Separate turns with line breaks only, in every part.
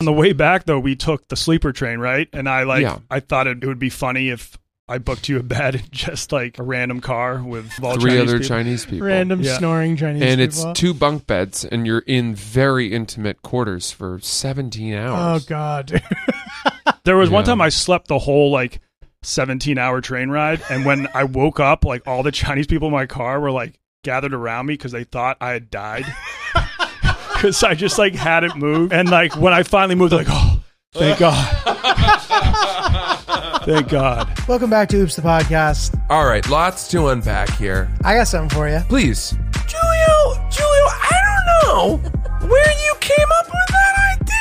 On the way back though, we took the sleeper train, right? And I like
Yeah.
I thought it, it would be funny if I booked you a bed in just like a random car with all
Three
Chinese
other
people.
Chinese people.
Random
Yeah.
snoring Chinese
and
people.
it's two bunk beds, and you're in very intimate quarters for 17
Oh
hours.
god, dude.
There was one
Yeah.
time I slept the whole like 17 hour train ride. And when I woke up, like all the Chinese people in my car were like gathered around me because they thought I had died. Because I just like hadn't moved. And like when I finally moved, they're like, oh, thank God. thank God.
Welcome back to Oops the podcast.
All right, lots to unpack here.
I got something for you.
Please. Julio, Julio, I don't know where you came up with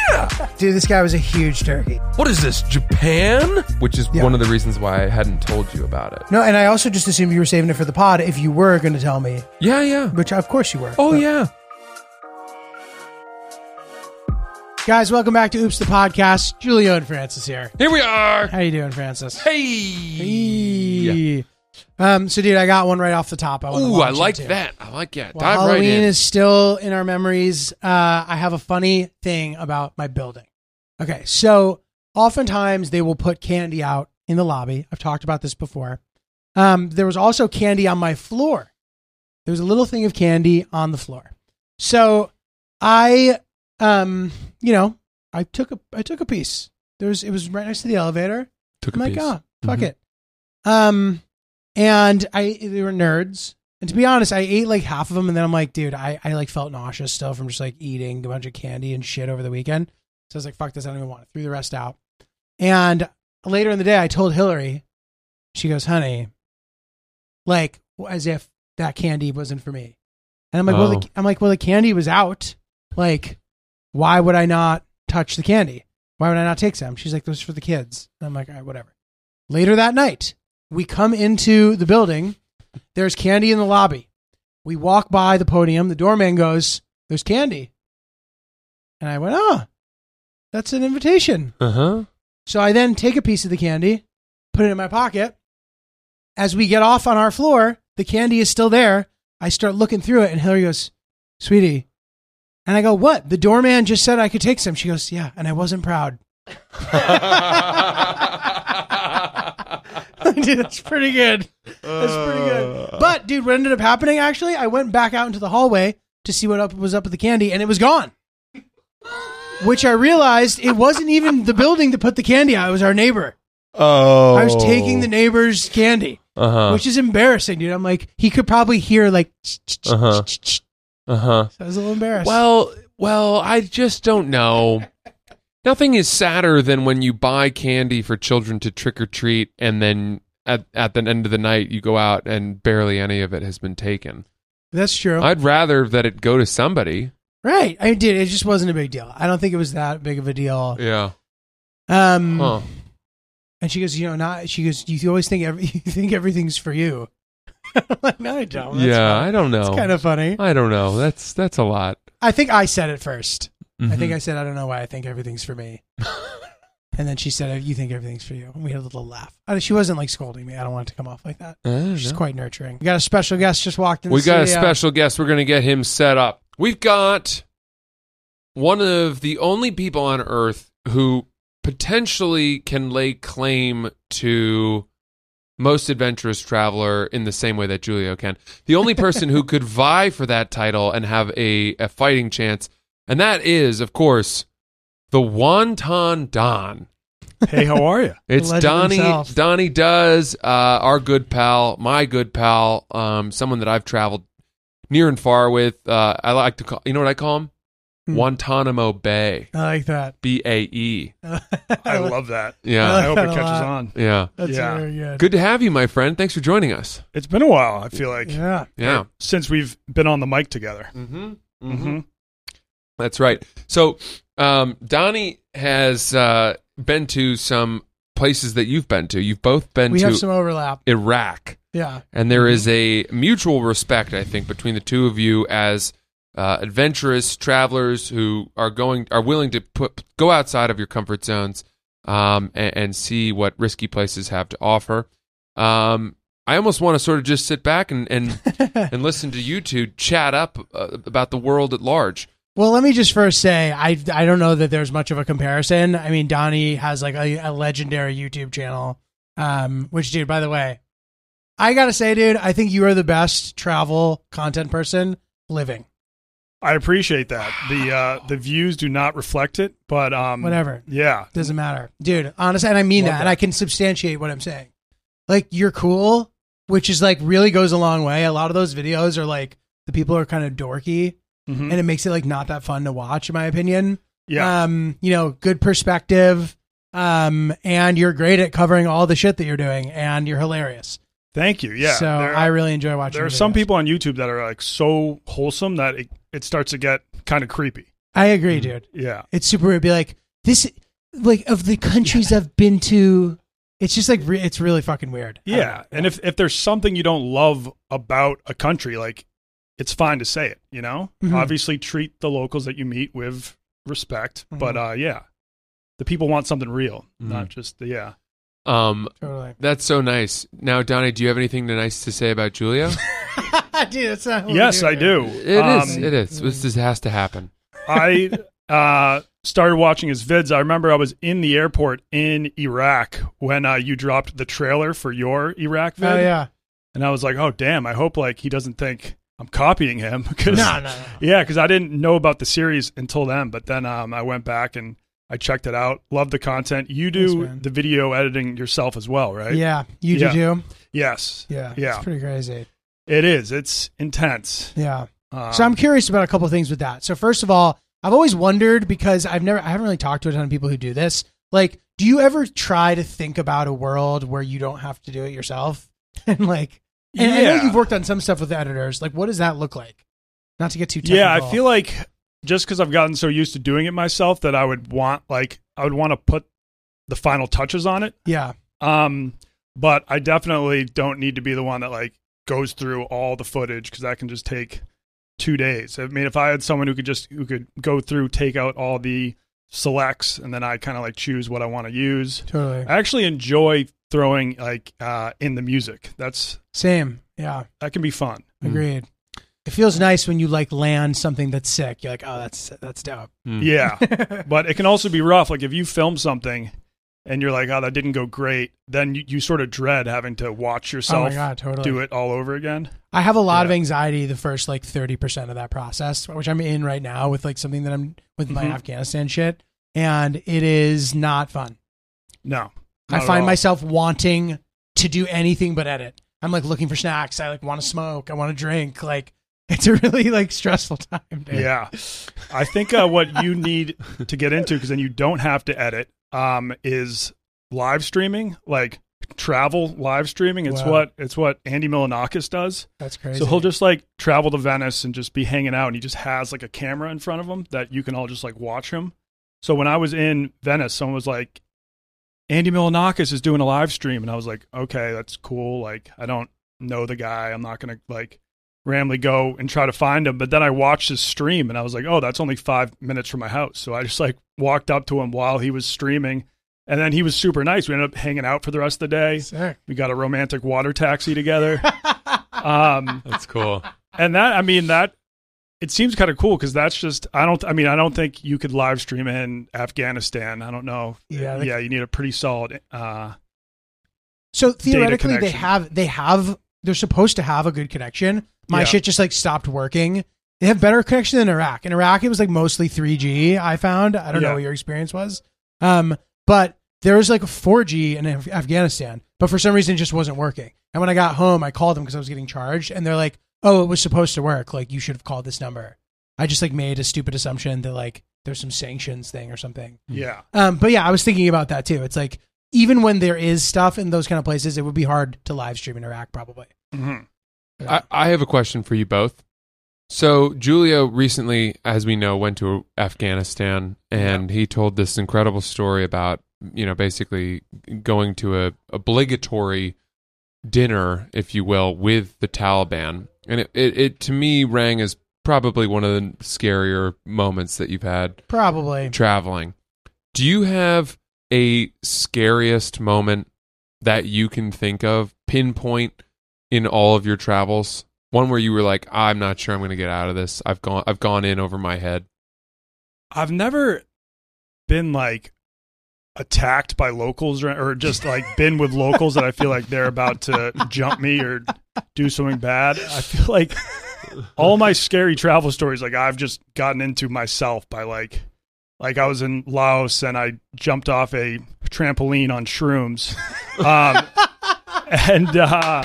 that idea.
Dude, this guy was a huge turkey.
What is this, Japan?
Which is
Yeah.
one of the reasons why I hadn't told you about it.
No, and I also just assumed you were saving it for the pod if you were going to tell me,
Yeah, yeah.
which of course you were.
Oh,
But-
yeah.
Guys, welcome back to Oops the podcast. Julio and Francis here.
Here we are.
How you doing, Francis?
Hey.
Hey. Um, so dude, I got one right off the top. I want
Ooh, I like that. I like that.
Well,
Dive
Halloween
right in.
is still in our memories. Uh, I have a funny thing about my building. Okay, so oftentimes they will put candy out in the lobby. I've talked about this before. Um, there was also candy on my floor. There was a little thing of candy on the floor. So I, um, you know, I took a I took a piece. There was it was right next to the elevator.
Took
I'm like,
piece.
oh, fuck
Mhm.
it. Um, and I they were nerds, and to be honest, I ate like half of them, and then I'm like, dude, I I like felt nauseous still from just like eating a bunch of candy and shit over the weekend. So I was like, fuck this, I don't even want it. Threw the rest out, and later in the day, I told Hillary. She goes, honey, like as if that candy wasn't for me, and I'm like, well, the,
Oh.
I'm like, well, the candy was out. Like, why would I not touch the candy? Why would I not take some? She's like, those are for the kids. And I'm like, all right, whatever. Later that night, we come into the building. There's candy in the lobby. We walk by the podium. The doorman goes, there's candy. And I went, oh, that's an invitation.
Uh
Uh-huh.
huh.
So I then take a piece of the candy, put it in my pocket. As we get off on our floor, the candy is still there. I start looking through it, and Hillary goes, Sweetie. And I go, What? The doorman just said I could take some. She goes, Yeah. And I wasn't proud. dude, that's pretty good. That's pretty good.
Uh.
But, dude, what ended up happening actually, I went back out into the hallway to see what up, was up with the candy, and it was gone. Which I realized it wasn't even the building that put the candy out, it was our neighbor.
Oh.
I was taking the neighbor's candy,
Uh huh.
which is embarrassing, dude. I'm like, he could probably hear like. So
Uh-huh. Uh huh.
I was a little embarrassed.
Well, well, I just don't know. Nothing is sadder than when you buy candy for children to trick or treat, and then at at the end of the night you go out and barely any of it has been taken.
that's true,
I'd rather that it go to somebody.
right? I did. It just wasn't a big deal. I don't think it was that big of a deal.
Yeah.
Um,
Huh.
and she goes, you know, not. She goes, you always think every, you think everything's for you. I'm like, no, I don't. That's
yeah.
fine.
I don't know.
it's kind of funny.
I don't know. That's that's a lot.
I think I said it 1st I
Mhm.
think I said, I don't know why I think everything's for me. and then she said, you think everything's for you. And we had a little laugh. Uh, She wasn't like scolding me. I don't want it to come off like that.
I don't
She's
know.
quite nurturing. We got a special guest just walked in.
we
the
got a
studio.
special guest. We're going to get him set up. We've got one of the only people on earth who potentially can lay claim to most adventurous traveler in the same way that Julio can. The only person who could vie for that title and have a, a fighting chance. And that is, of course, the Wonton Don.
Hey, how are you?
It's
legend
Donnie.
himself.
Donnie does uh, our good pal, my good pal, um, someone that I've traveled near and far with. Uh, I like to call. You know what I call him?
Hmm.
Guantanamo Bay.
I like that.
B A E.
I love that.
Yeah,
I hope it
that a
catches
lot.
on.
yeah.
That's
Yeah.
very good.
Good to have you, my friend. Thanks for joining us.
It's been a while, I feel like,
Yeah.
Yeah.
since we've been on the mic together.
Mm-hmm.
hmm
That's right. So um, Donnie has uh, been to some places that you've been to. You've both been
We
to
have some overlap.
Iraq.
Yeah.
and there is a mutual respect i think between the two of you as uh, adventurous travelers who are going are willing to put go outside of your comfort zones um, and, and see what risky places have to offer um, i almost want to sort of just sit back and and, and listen to you two chat up uh, about the world at large
Well, let me just first say I I don't know that there's much of a comparison. I mean, Donnie has like a, a legendary YouTube channel. Um, which dude, by the way, I gotta say, dude, I think you are the best travel content person living.
I appreciate that. The uh, the views do not reflect it, but um,
Whatever.
Yeah,
Doesn't matter, dude. Honestly, and I mean that, and I can substantiate what I'm saying. Like you're cool, which is like really goes a long way. A lot of those videos are like the people are kind of dorky,
Mhm.
and it makes it like not that fun to watch, in my opinion.
yeah.
Um, you know, good perspective. Um, and you're great at covering all the shit that you're doing, and you're hilarious.
Thank you. Yeah.
So
There-
I really enjoy watching.
there are
your
some
videos.
people on YouTube that are like so wholesome that it, it starts to get kind of creepy.
I agree,
Hmm.
dude.
Yeah.
It's super weird. Be like this, like of the countries I've been to. It's just like re- it's really fucking weird. I don't
Yeah.
know.
And if, if there's something you don't love about a country, like it's fine to say it, you know?
Mhm.
Obviously treat the locals that you meet with respect.
Mhm.
But uh yeah. The people want something real,
Mhm.
not just the yeah.
Um,
totally,
that's so nice. Now, Donnie, do you have anything nice to say about Julia?
dude. That's not. what we
yes, I
here.
do.
It is.
Um,
It is. This just has to happen.
I uh, started watching his vids. I remember I was in the airport in Iraq when uh, you dropped the trailer for your Iraq vid,
Oh yeah.
and I was like, "Oh damn! I hope like he doesn't think I'm copying him." Cause,
No, no, no.
yeah, because I didn't know about the series until then. But then um, I went back and I checked it out. Love the content. You do
Thanks, man.
the video editing yourself as well, right?
Yeah, you
Yeah.
do too.
Yes.
Yeah,
Yeah.
It's pretty crazy.
It is. It's intense.
Yeah.
Um,
So I'm curious about a couple things with that. So first of all, I've always wondered because I've never, I haven't really talked to a ton of people who do this. Like, do you ever try to think about a world where you don't have to do it yourself? and like, and I know
Yeah.
you've worked on some stuff with editors. Like, what does that look like? Not to get too technical.
Yeah, I feel like just because I've gotten so used to doing it myself that I would want like I would want to put the final touches on it.
yeah,
Um, but I definitely don't need to be the one that like goes through all the footage because that can just take two days. I mean, if I had someone who could just who could go through, take out all the selects, and then I kind of like choose what I want to use.
totally.
I actually enjoy throwing like uh, in the music. That's
Same. Yeah,
that can be fun.
Mm.
agreed. It feels nice when you like land something that's sick. You're like, oh, that's that's dope. Oh
Mm.
Yeah. but it can also be rough. Like if you film something and you're like, oh, that didn't go great, then you, you sort of dread having to watch
oh
yourself
my god, totally.
do it all over again.
I have a lot of
Yeah.
anxiety the first like 30% of that process, which I'm in right now with like something that I'm with my
Mhm.
Afghanistan shit. And it is not fun.
No.
I
not at
find
all.
myself wanting to do anything but edit. I'm like looking for snacks. I like want to smoke. I want to drink. Like it's a really like stressful time, dude.
Yeah. I think uh, what you need to get into, because then you don't have to edit, um, is live streaming, like travel live streaming. It's
Wow.
what it's what Andy Milanakis does.
That's crazy.
So he'll just like travel to Venice and just be hanging out, and he just has like a camera in front of him that you can all just like watch him. So when I was in Venice, someone was like, "Andy Milanakis is doing a live stream," and I was like, "Okay, that's cool. Like, I don't know the guy. I'm not gonna like randomly go and try to find him." But then I watched his stream, and I was like, "Oh, that's only five minutes from my house." So I just like walked up to him while he was streaming, and then he was super nice. We ended up hanging out for the rest of the day.
sick.
We got a romantic water taxi together. um,
That's cool.
and that i mean that it seems kind of cool because that's just i don't i mean i don't think you could live stream in afghanistan i don't know Uh,
Yeah, that- Hmm.
yeah you need a pretty solid uh
So theoretically, they
connection.
have they have they're supposed to have a good connection. My
Yeah.
shit just like stopped working. They have better connection than Iraq. In Iraq, it was like mostly 3G. I found. I don't know
Yeah.
what your experience was, um, but there was like 4G in Af- Afghanistan. But for some reason, it just wasn't working. And when I got home, I called them because I was getting charged, and they're like, "Oh, it was supposed to work. Like you should have called this number." I just like made a stupid assumption that like there's some sanctions thing or something.
yeah
Um, but yeah, I was thinking about that too. It's like even when there is stuff in those kind of places, it would be hard to live stream in Iraq probably.
Mhm.
I, I have a question for you both. So Julio recently, as we know, went to Afghanistan, and he told this incredible story about you know basically going to a obligatory dinner, if you will, with the Taliban, and it, it, it to me rang as probably one of the scarier moments that you've had
Probably.
traveling. Do you have a scariest moment that you can think of, pinpoint in all of your travels? One where you were like, I'm not sure I'm going to get out of this. I've gone, I've gone in over my head.
I've never been like attacked by locals or, or just like been with locals that I feel like they're about to jump me or do something bad. I feel like all my scary travel stories, like I've just gotten into myself by like, like I was in Laos and I jumped off a trampoline on shrooms. Um, and uh,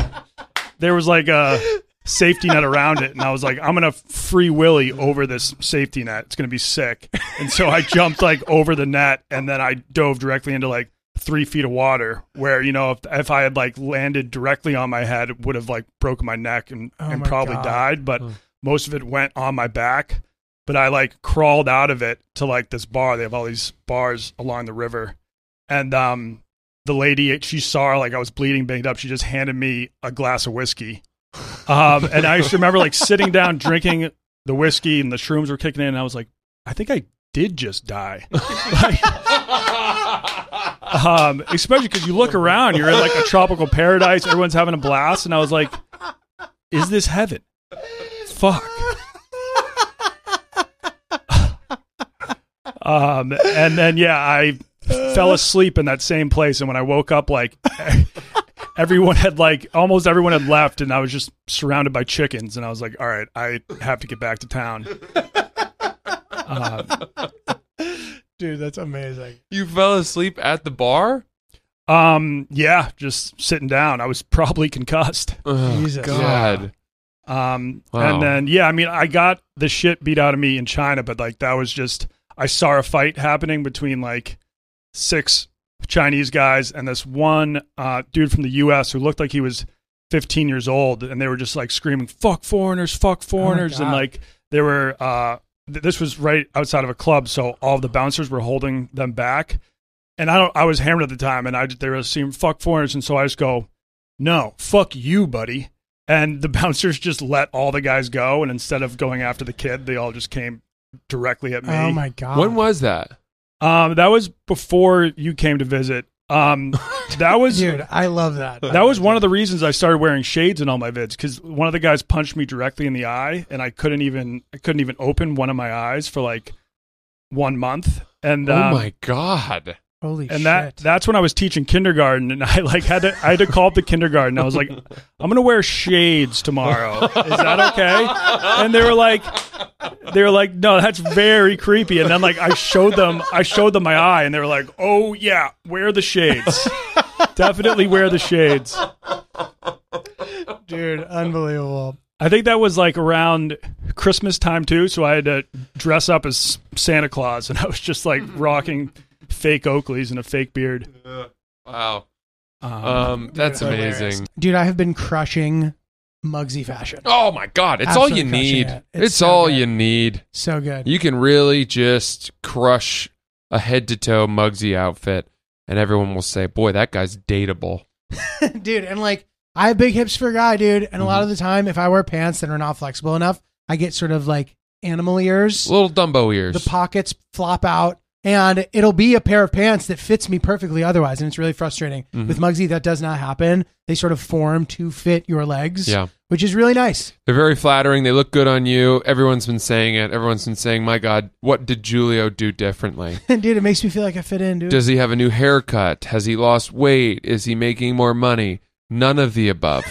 there was like a safety net around it, and I was like, I'm gonna free willy over this safety net. It's gonna be sick. And so I jumped like over the net, and then I dove directly into like three feet of water, where you know if if I had like landed directly on my head, it would have like broken my neck and
Oh
and
my
probably
God.
died. But
Oh.
most of it went on my back. But I like crawled out of it to like this bar. They have all these bars along the river, and um. The lady, she saw like I was bleeding, banged up. She just handed me a glass of whiskey, um, and I just remember like sitting down, drinking the whiskey, and the shrooms were kicking in, and I was like, I think I did just die. Like, um, especially because you look around, you're in like a tropical paradise, everyone's having a blast, and I was like, Is this heaven? Fuck. um, and then yeah, I fell asleep in that same place, and when I woke up, like everyone had like almost everyone had left and i was just surrounded by chickens and i was like all right i have to get back to town uh,
Dude, that's amazing.
You fell asleep at the bar?
um yeah just sitting down i was probably concussed
Oh,
Jesus.
God.
um
Wow.
and then yeah i mean i got the shit beat out of me in china but like that was just i saw a fight happening between like six chinese guys and this one uh dude from the us who looked like he was 15 years old and they were just like screaming fuck foreigners fuck foreigners and
God.
like they were uh th- this was right outside of a club so all the bouncers were holding them back and i don't i was hammered at the time and i just- they were seeing fuck foreigners and so i just go no fuck you buddy and the bouncers just let all the guys go and instead of going after the kid they all just came directly at me
Oh my god.
When was that?
um that was before you came to visit um that was
Dude, I love that.
that was one of the reasons I started wearing shades in all my vids because one of the guys punched me directly in the eye, and I couldn't even I couldn't even open one of my eyes for like one month. And
oh
um,
my God.
Holy
and
shit.
that that's when I was teaching kindergarten, and I like had to I had to call up the kindergarten. I was like, I'm gonna wear shades tomorrow. Is that okay? And they were like, they were like, no, that's very creepy. And then like I showed them I showed them my eye, and they were like, oh yeah, wear the shades. Definitely wear the shades.
Dude, unbelievable.
I think that was like around Christmas time too, so I had to dress up as Santa Claus, and I was just like rocking fake Oakleys and a fake beard.
Wow.
Um,
Oh
Um, that's
Dude,
amazing.
Dude, I have been crushing Mugsy fashion.
Oh my God. It's all
Absolutely
you need.
crushing it.
It's,
It's so
all
good.
you need.
So good.
You can really just crush a head to toe Muggsy outfit, and everyone will say, boy, that guy's dateable.
dude, and like I have big hips for a guy, dude, and a
Mm-hmm.
lot of the time if I wear pants that are not flexible enough, I get sort of like animal ears.
Little Dumbo ears.
The pockets flop out and it'll be a pair of pants that fits me perfectly otherwise and it's really frustrating.
Mhm.
With Mugsy that does not happen. They sort of form to fit your legs,
Yeah.
which is really nice.
They're very flattering. They look good on you. Everyone's been saying it. Everyone's been saying, my God, what did Julio do differently?
dude, it makes me feel like I fit in, dude.
Does he have a new haircut? Has he lost weight? Is he making more money? None of the above.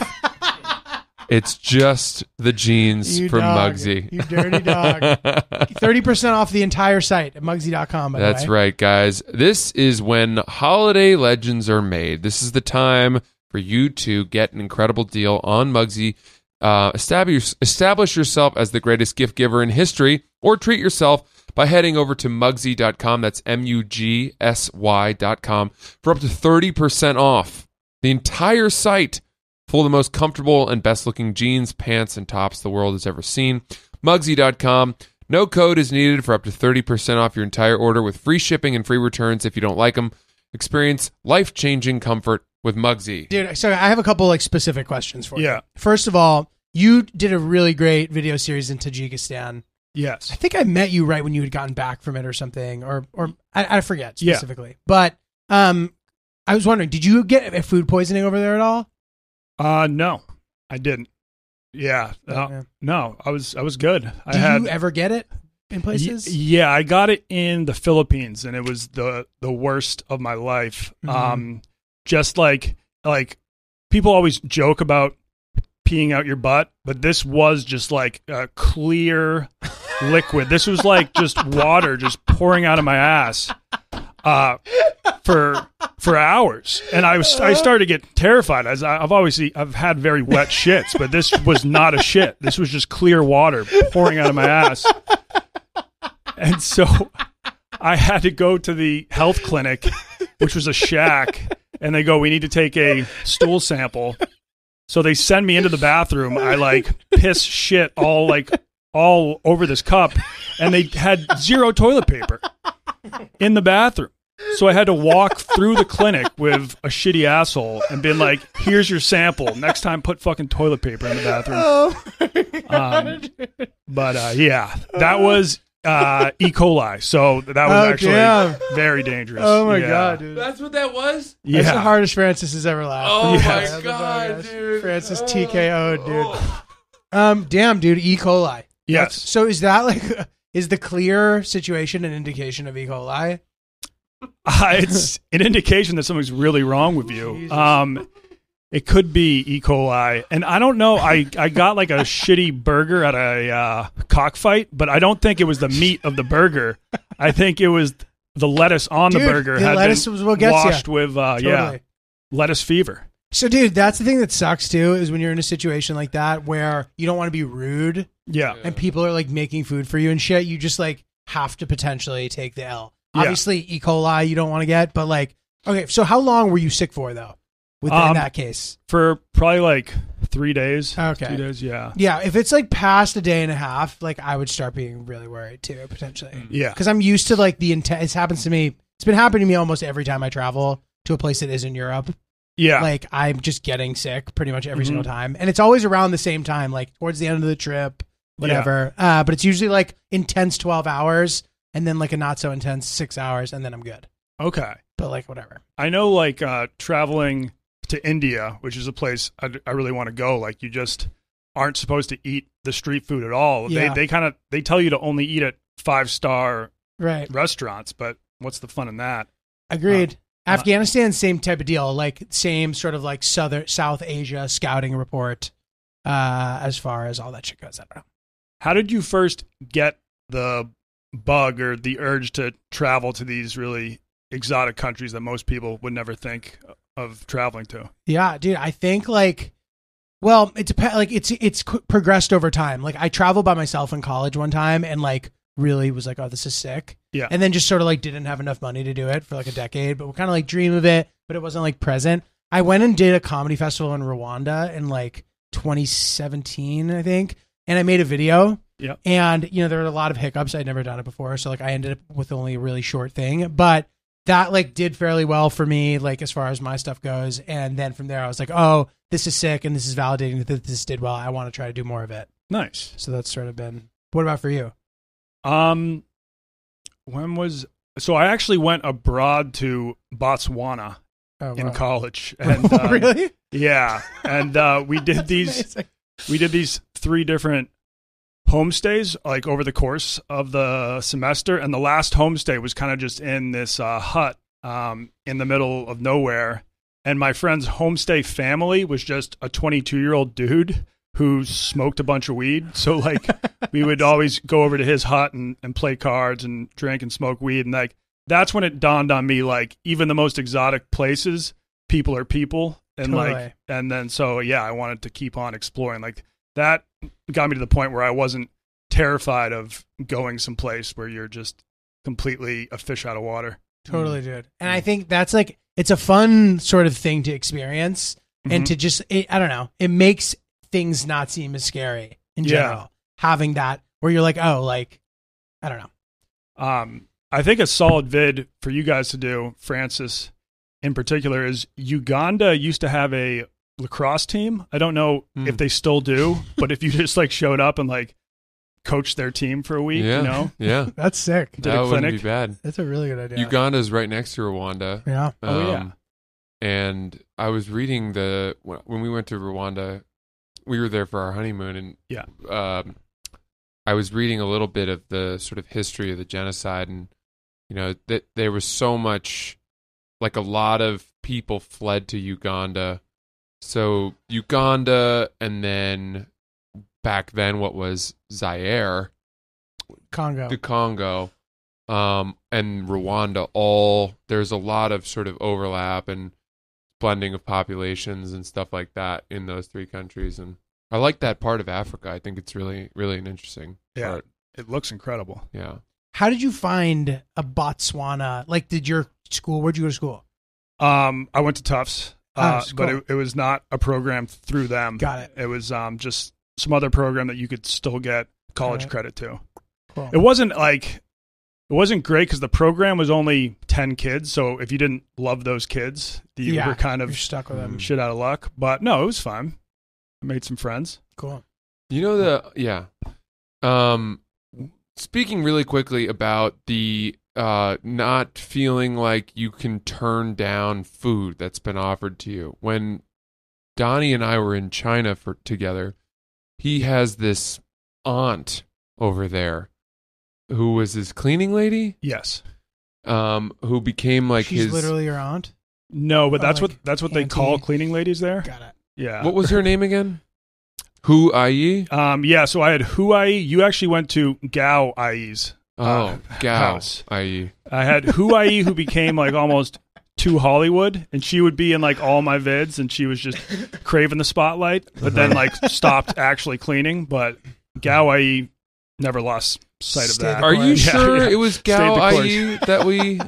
it's just the jeans
You
from
dog.
Muggsy.
You dirty dog. 30% off the entire site at mugsy.com, by
That's
the way.
right, guys. This is when holiday legends are made. This is the time for you to get an incredible deal on Mugsy. Uh, establish, establish yourself as the greatest gift giver in history, or treat yourself by heading over to mugsy.com. That's M U G S Y.com for up to 30% off the entire site full of the most comfortable and best looking jeans, pants, and tops the world has ever seen. Mugsy.com. No code is needed for up to 30% off your entire order with free shipping and free returns if you don't like them. Experience life changing comfort with Mugsy.
Dude, so I have a couple like specific questions for you.
Yeah.
First of all, you did a really great video series in Tajikistan. I
yes,
think I met you right when you had gotten back from it or something, or or I, I forget
Yeah.
specifically. But um, I was wondering, did you get a food poisoning over there at all?
uh, no, I didn't. Yeah, uh, no, I was I was good. I
Did
had
you ever get it? in
Y-
places?
yeah, I got it in the Philippines, and it was the the worst of my life.
Mhm.
Um, just like like people always joke about peeing out your butt, but this was just like a clear liquid. This was like just water just pouring out of my ass. Uh, for for hours, and I was I started to get terrified. As I, I've obviously I've had very wet shits, but this was not a shit. This was just clear water pouring out of my ass, and so I had to go to the health clinic, which was a shack, and they go, "We need to take a stool sample." So they send me into the bathroom. I like piss shit all like all over this cup, and they had zero toilet paper in the bathroom. So I had to walk through the clinic with a shitty asshole and been like, "Here's your sample. Next time, put fucking toilet paper in the bathroom."
Oh, my
Um,
God.
But uh, yeah, that was uh, E. coli. So that was
Oh,
actually
damn.
very dangerous.
oh my
Yeah.
god, dude.
That's what that was.
Yeah,
That's the hardest Francis has ever laughed.
Oh
Yes.
my
Yeah,
the
god,
podcast.
dude!
Francis
Oh.
TKO'd, dude.
Oh.
Um, damn, dude, E. coli.
yes.
That's- so is that like is the clear situation an indication of E. coli?
Uh, it's an indication that something's really wrong with you.
Jesus.
Um, it could be E. coli, and I don't know. I, I got like a shitty burger at a uh, cockfight, but I don't think it was the meat of the burger. I think it was the lettuce on the
Dude,
burger
the
had
lettuce
been
was what gets ya.
washed with uh, yeah
Totally.
lettuce fever.
So, dude, that's the thing that sucks too is when you're in a situation like that where you don't want to be rude
Yeah,
Yeah.
and people are like making food for you and shit. You just like have to potentially take the L.
Yeah.
Obviously, E. coli you don't want to get, but like, okay, so how long were you sick for though? Within
Um,
that case,
for probably like three days.
Okay.
two days. Yeah,
yeah, if it's like past a day and a half, like I would start being really worried too potentially.
yeah.
because I'm used to like the intense. It happens to me. It's been happening to me almost every time I travel to a place that isn't Europe.
Yeah.
Like I'm just getting sick pretty much every
Mhm.
single time, and it's always around the same time, like towards the end of the trip, whatever. Uh, but it's usually like intense twelve hours, and then like a not so intense six hours, and then I'm good.
okay.
But like whatever.
I know, like uh, traveling to India, which is a place I, I really want to go. Like you just aren't supposed to eat the street food at all.
Yeah.
They they kind of they tell you to only eat at five star
Right.
restaurants, but what's the fun in that?
Agreed.
uh,
Afghanistan, same type of deal. Like same sort of like southern South Asia scouting report. Uh, as far as all that shit goes, I don't know.
How did you first get the bug or the urge to travel to these really exotic countries that most people would never think of traveling to?
Yeah, dude, I think like well, it depends like it's it's qu- progressed over time. Like I traveled by myself in college one time and like really was like, "Oh, this is sick."
Yeah.
And then just sort of like didn't have enough money to do it for like a decade, but we kind of like dream of it, but it wasn't like present. I went and did a comedy festival in Rwanda in like 2017, I think, and I made a video.
Yeah.
And you know, there were a lot of hiccups. I'd never done it before, so like I ended up with only a really short thing, but that like did fairly well for me like as far as my stuff goes and then from there i was like oh this is sick and this is validating that this did well i want to try to do more of it
Nice.
so that's sort of been what about for you
Um, when was so? I actually went abroad to Botswana
oh,
in
wow.
college. And, uh,
really
Yeah, and uh, we did
That's
these
amazing.
we did these three different homestays like over the course of the semester, and the last homestay was kind of just in this uh, hut um, in the middle of nowhere. And my friend's homestay family was just a 22 year old dude who smoked a bunch of weed. So like we would always go over to his hut and, and play cards and drink and smoke weed and like that's when it dawned on me like even the most exotic places people are people and
Totally.
like and then so yeah i wanted to keep on exploring like that got me to the point where i wasn't terrified of going someplace where you're just completely a fish out of water
totally dude and i think that's like it's a fun sort of thing to experience and
Mhm.
to just it, i don't know it makes things not seem as scary in
Yeah.
general having that where you're like oh like i don't know
um i think a solid vid for you guys to do francis in particular is uganda used to have a lacrosse team i don't know
Hmm.
if they still do but if you just like showed up and like coached their team for a week
yeah,
you know
yeah.
that's sick
Did a
That wouldn't be
clinic?
bad.
that's a really good idea
Uganda's right next to Rwanda. Um,
yeah
Oh, yeah.
And I was reading the when when we went to Rwanda, we were there for our honeymoon, and
Yeah.
um, I was reading a little bit of the sort of history of the genocide, and you know that there was so much, like a lot of people fled to Uganda, so Uganda, and then back then what was Zaire,
Congo.
the Congo, um, and Rwanda. All there's a lot of sort of overlap and blending of populations and stuff like that in those three countries. And I like that part of Africa. I think it's really, really an interesting
Yeah.
part.
It looks incredible.
Yeah.
How did you find a Botswana? Like, did your school? Where'd you go to school?
Um, I went to Tufts,
Ah,
uh,
it's
but
cool.
it, it was not a program through them.
Got it.
It was um, just some other program that you could still get college
Alright.
credit to.
Cool.
It wasn't like it wasn't great because the program was only ten kids. So if you didn't love those kids, you
Yeah,
were kind of
You're stuck with them.
Mm.
shit out of luck. But no, it was fun. I made some friends.
Cool.
You know the yeah. Um, speaking really quickly about the uh not feeling like you can turn down food that's been offered to you. When Donnie and I were in China for together, he has this aunt over there who was his cleaning lady,
Yes.
um, who became like
She's
his
literally your aunt.
No, but
Oh,
that's
like
what that's what they call
auntie.
cleaning ladies there.
Got it.
Yeah.
what was her name again? Hu
Uh,
Ai?
Um, yeah, so I had Huai. You actually went to Gao Ai's.
Oh, Gao
house.
Ai.
I had Huai, who became like almost too Hollywood, and she would be in like all my vids, and she was just craving the spotlight, but then like
Uh-huh.
stopped actually cleaning. But Gao Ai never lost sight of
Stayed
that.
the
Are you
Yeah,
sure
yeah.
it was
Stayed
Gao
the course.
Ai that we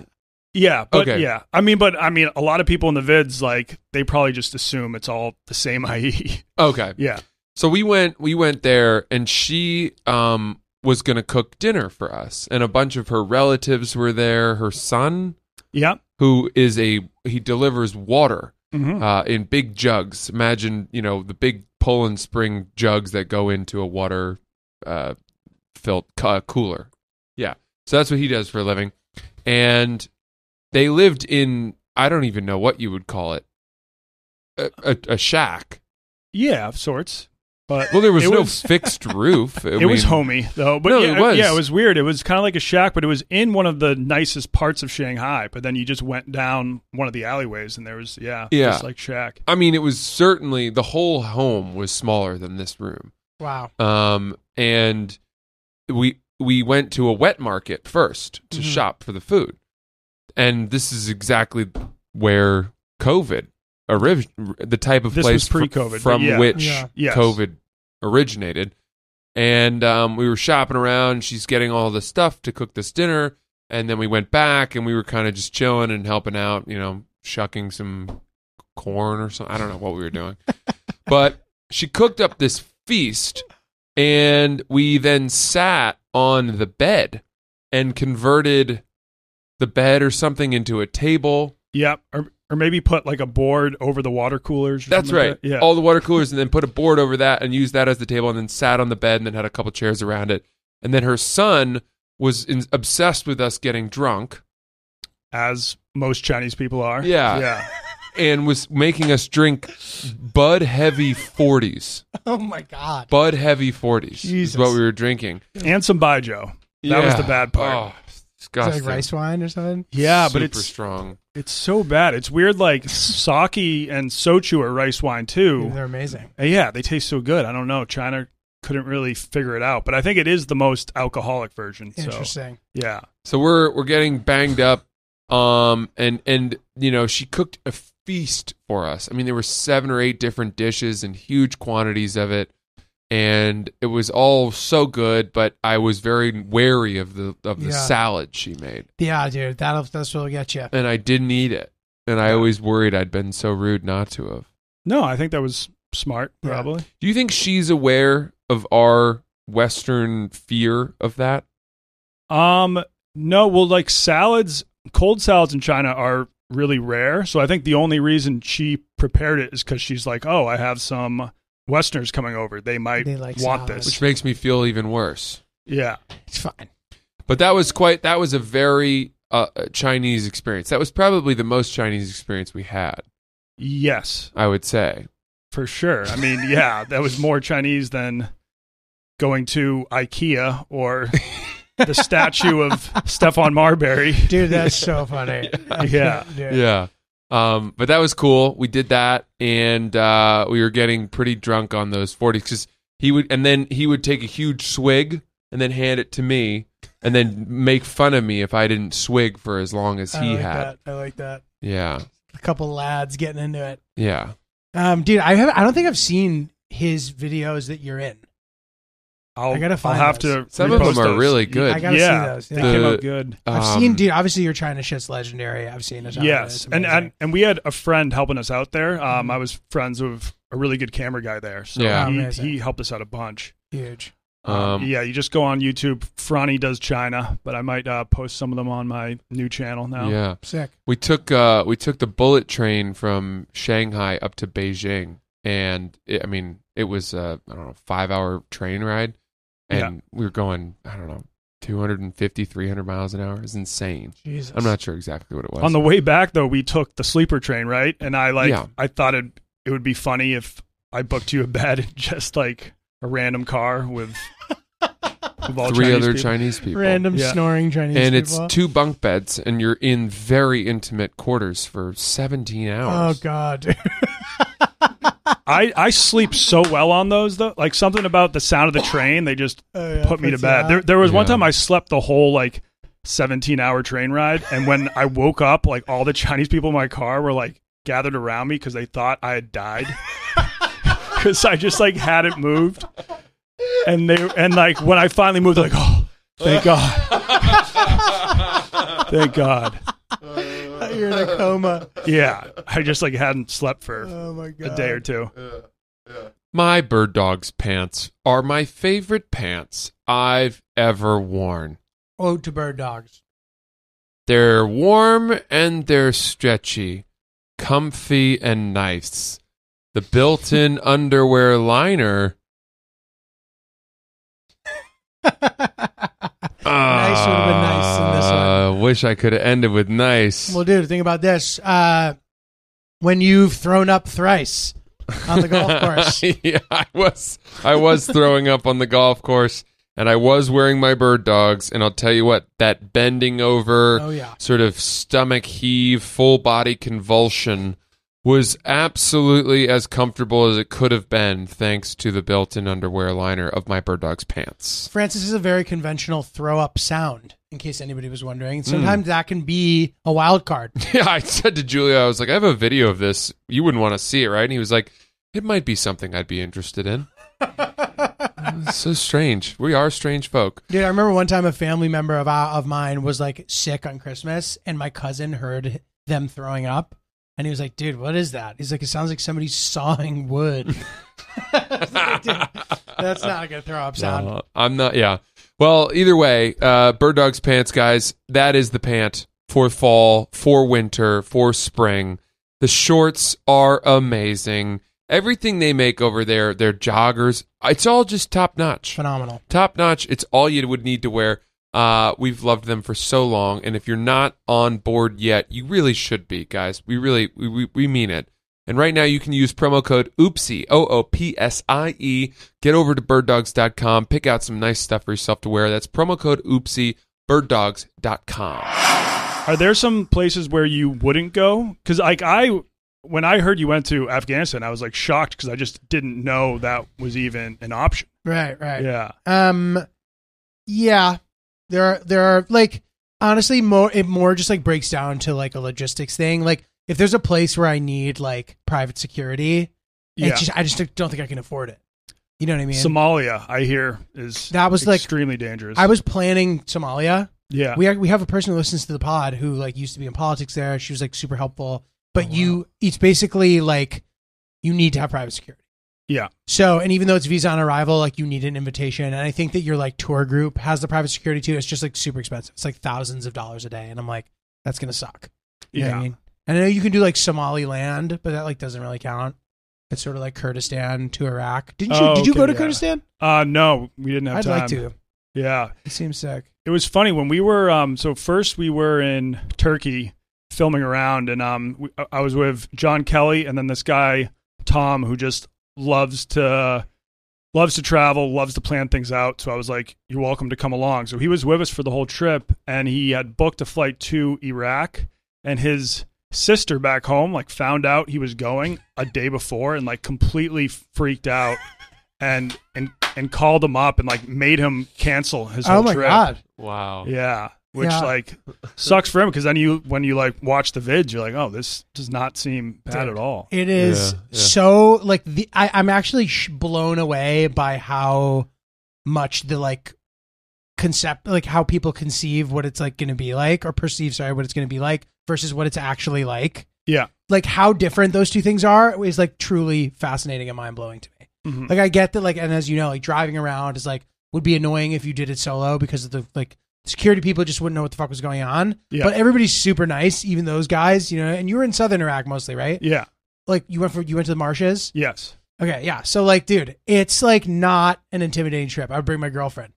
Yeah, but
Okay.
yeah, I mean, but I mean, a lot of people in the vids like they probably just assume it's all the same IE.
Okay.
yeah,
So we went we went there and she um was going to cook dinner for us and a bunch of her relatives were there, her son
yeah.
who is a he delivers water
hmm
uh in big jugs. Imagine, you know, the big Poland spring jugs that go into a water uh filled uh, cooler. Yeah. So that's what he does for a living. And they lived in I don't even know what you would call it. A, a, a shack.
yeah, of sorts. But
Well, there was
it
no fixed roof. I
it was
mean-
homey though, but
No,
yeah,
it was.
yeah, it was weird. It was kind of like a shack, but it was in one of the nicest parts of Shanghai. But then you just went down one of the alleyways, and there was yeah,
Yeah.
just like shack.
I mean, it was certainly the whole home was smaller than this room.
Wow.
Um, and we we went to a wet market first to
Mhm.
Mm-hmm.
shop for the food, and this is exactly where COVID origin the type of
This
place
was
fr-
pre-COVID, but
from
yeah.
which
Yeah.
Yes.
COVID originated. And um, we were shopping around. She's getting all the stuff to cook this dinner, and then we went back and we were kind of just chilling and helping out. You know, shucking some corn or something. I don't know what we were doing, but she cooked up this feast, and we then sat on the bed and converted the bed or something into a table.
Yep, or or maybe put like a board over the water coolers. Or
That's
something
right. Oh.
like that. Yeah,
All the water coolers, and then put a board over that and used that as the table, and then sat on the bed and then had a couple chairs around it. And then her son was in, obsessed with us getting drunk
as most Chinese people are.
Yeah.
yeah.
and was making us drink Bud Heavy 40s.
Oh my God.
Bud Heavy 40s
Jesus.
is what we were drinking.
and some baijiu. That was the bad part.
Oh,
Is it
disgusting.
like rice wine or something?
Yeah, but
Super
it's
strong.
it's so bad. It's weird. Like sake and sochu are rice wine too.
They're amazing.
Uh, Yeah, they taste so good. I don't know. China couldn't really figure it out, but I think it is the most alcoholic version. So
Interesting.
yeah,
So we're we're getting banged up, um, and and you know she cooked a feast for us. I mean, there were seven or eight different dishes and huge quantities of it, and it was all so good. But I was very wary of the of the
Yeah.
salad she made,
Yeah, dude. That'll that's what'll get you.
and I didn't eat it. And I always worried I'd been so rude not to have.
no, I think that was smart.
Yeah.
Probably.
Do you think she's aware of our Western fear of that?
Um, no, well, like salads, cold salads in China are really rare. So I think the only reason she prepared it is because she's like, oh, I have some Westerners coming over. They might
They like
want
salads.
this.
Which makes me feel even worse.
Yeah.
It's fine.
But that was quite. That was a very uh, Chinese experience. That was probably the most Chinese experience we had.
Yes,
I would say.
for sure. I mean, yeah, that was more Chinese than going to IKEA or the statue of Stefan Marbury.
Dude, that's so funny.
Yeah.
Dude.
yeah. Um, but that was cool. We did that, and uh, we were getting pretty drunk on those forties because he would, and then he would take a huge swig and then hand it to me, and then make fun of me if I didn't swig for as long as
I
he
like
had.
that. I like that.
Yeah,
A couple lads getting into it.
yeah.
Um, dude, I have I don't think I've seen his videos that you're in.
I'll,
I gotta
I'll
find
have
those.
to.
Some of
repost
them are
those.
really good.
I gotta
yeah,
see
They
those. Yeah.
came
The-
out good.
I've
Um,
seen, dude. Obviously, you're trying to shit's legendary. I've seen it.
Yes, and, and and we had a friend helping us out there. Um, I was friends with a really good camera guy there, so
Yeah.
he,
Amazing.
he helped us out a bunch.
huge.
Um,
yeah, you just go on YouTube. Franny does China, but I might uh, post some of them on my new channel now.
yeah.
Sick.
We took uh, we took the bullet train from Shanghai up to Beijing, and it, I mean it was uh, I don't know five hour train ride, and we were going I don't know 250, 300 miles an hour. It's insane.
Jesus.
I'm not sure exactly what it was.
On the way back though, we took the sleeper train, right? And I like
Yeah.
I thought it it would be funny if I booked you a bed in just like a random car with, with all
three
Chinese
other
people.
Chinese people,
Random
Yeah.
snoring Chinese
and it's
people.
two bunk beds, and you're in very intimate quarters for 17
Oh
hours.
god.
I I sleep so well on those though. Like something about the sound of the train, they just
Oh, yeah,
put me to
puts you
bed.
out.
There, there was one
Yeah.
time I slept the whole like 17 hour train ride. And when I woke up, like all the Chinese people in my car were like gathered around me because they thought I had died. Because I just like hadn't moved. And they, and like when I finally moved, they're like, oh, thank God. thank God.
You're in a coma.
Yeah. I just like hadn't slept for
Oh my god.
a day or two.
My bird dog's pants are my favorite pants I've ever worn.
Ode Oh, to bird dogs.
They're warm and they're stretchy, comfy and nice. The built in underwear liner.
Nice would've been nice in this one.
Ah, wish I could have ended with nice.
Well, dude, think about this. Uh, when you've thrown up thrice on the golf course,
yeah, I was I was throwing up on the golf course and I was wearing my bird dogs and I'll tell you what, that bending over
Oh, yeah.
sort of stomach heave, full body convulsion was absolutely as comfortable as it could have been thanks to the built-in underwear liner of my bird dog's pants.
Francis is a very conventional throw up sound. In case anybody was wondering,
Hmm.
sometimes that can be a wild card.
Yeah, I said to Julia, I was like, I have a video of this. You wouldn't want to see it, right? And he was like, It might be something I'd be interested in. It's so strange. We are strange folk.
Dude, I remember one time a family member of uh, of mine was like sick on Christmas, and my cousin heard them throwing up, and he was like, "Dude, what is that?" He's like, "It sounds like somebody sawing wood." I was like, "Dude, that's not a good throw up sound.
Uh, I'm not. Yeah. Well, either way, uh, bird dogs pants, guys. That is the pant for fall, for winter, for spring. The shorts are amazing. Everything they make over there, their joggers, it's all just top notch.
Phenomenal.
Top notch. It's all you would need to wear. Uh, we've loved them for so long, and if you're not on board yet, you really should be, guys. We really, we, we, we mean it. And right now you can use promo code OOPSIE, E. O O P S I E. Get over to birddogs.com, pick out some nice stuff for yourself to wear. That's promo code OOPSIE, birddogs.com.
Are there some places where you wouldn't go? Because like I, when I heard you went to Afghanistan, I was like shocked because I just didn't know that was even an option.
Right, right.
Yeah,
Um, yeah, there are there are like honestly more it more just like breaks down to like a logistics thing. Like if there's a place where I need like private security,
yeah.
it's just, I just don't think I can afford it. You know what I mean?
Somalia, I hear, is
That was, like-
extremely dangerous.
I was planning Somalia.
yeah,
We are, we have a person who listens to the pod who like used to be in politics there. She was like super helpful, but
Oh,
you it's basically like you need to have private security.
yeah,
So, and even though it's visa on arrival, like you need an invitation. And I think that your like tour group has the private security too. It's just like super expensive. It's like thousands of dollars a day. And I'm like, that's going to suck. You know what
Yeah.
I mean? And I know you can do like Somaliland, but that like doesn't really count. It's sort of like Kurdistan to Iraq. Didn't you,
Oh,
did you
okay,
go to
yeah.
Kurdistan?
Uh, no, we didn't have
I'd
time.
like to.
Yeah,
It seems sick.
it was funny when we were. Um, so first we were in Turkey filming around, and um, we, I- I was with John Kelly, and then this guy Tom, who just loves to loves to travel, loves to plan things out. So I was like, you're welcome to come along. So he was with us for the whole trip and he had booked a flight to Iraq and his sister back home like found out he was going a day before and like completely freaked out and and and called him up and like made him cancel his whole
oh my
trip.
god.
Wow.
Yeah. Which
Yeah.
like sucks for him because then you when you like watch the vid, you're like, oh, this does not seem bad
Dude.
at all.
It is
Yeah, yeah.
so like the I, I'm actually sh- blown away by how much the like concept like how people conceive what it's like going to be like or perceive sorry what it's going to be like versus what it's actually like.
Yeah.
Like how different those two things are is like truly fascinating and mind blowing to me.
Mhm.
Like I get that like and as you know like driving around is like would be annoying if you did it solo because of the like security people just wouldn't know what the fuck was going on.
Yeah.
But everybody's super nice, even those guys, you know. And you were in southern Iraq mostly, right?
Yeah.
like you went for you went to the marshes.
Yes.
Okay, yeah. So like, dude, it's like not an intimidating trip. I would bring my girlfriend.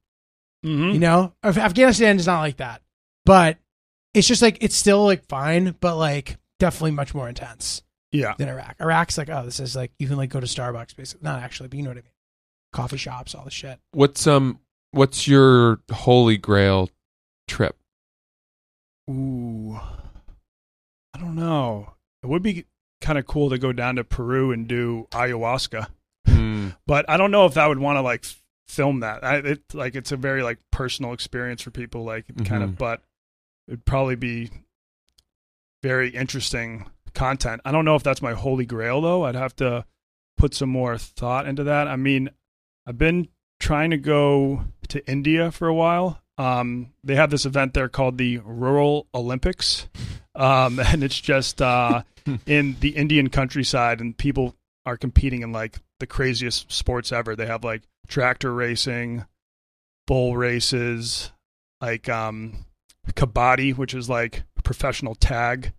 Mm-hmm.
You know, Af- Afghanistan is not like that, but it's just like it's still like fine, but like definitely much more intense
Yeah.
than Iraq. Iraq's like, oh, this is like you can like go to Starbucks, basically. Not actually, but you know what I mean. Coffee shops, all the shit.
What's um what's your holy grail trip?
Ooh. I don't know. It would be kind of cool to go down to Peru and do ayahuasca,
Hmm.
but I don't know if I would want to like f- film that. I, it like it's a very like personal experience for people, like it kind of. But it'd probably be very interesting content. I don't know if that's my holy grail though. I'd have to put some more thought into that. I mean, I've been trying to go to India for a while. Um, they have this event there called the Rural Olympics, um, and it's just uh, in the Indian countryside, and people are competing in like the craziest sports ever. They have like tractor racing, bull races, like um, kabaddi, which is like professional tag.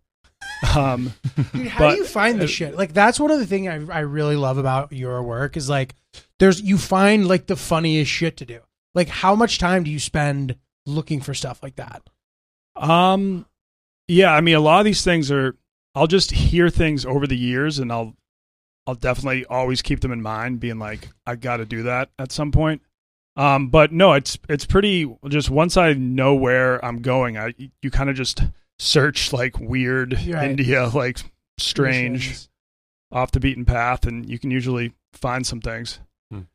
Um,
Dude, how
But-
do you find this shit? Like that's one of the things I I really love about your work is like there's you find like the funniest shit to do. Like how much time do you spend looking for stuff like that?
Um, yeah, I mean, a lot of these things are. I'll just hear things over the years, and I'll, I'll definitely always keep them in mind, being like, I got to do that at some point. Um, but no, it's it's pretty. Just once I know where I'm going, I you kind of just search like weird
Right.
India, like strange,
Traditions.
off the beaten path, and you can usually find some things.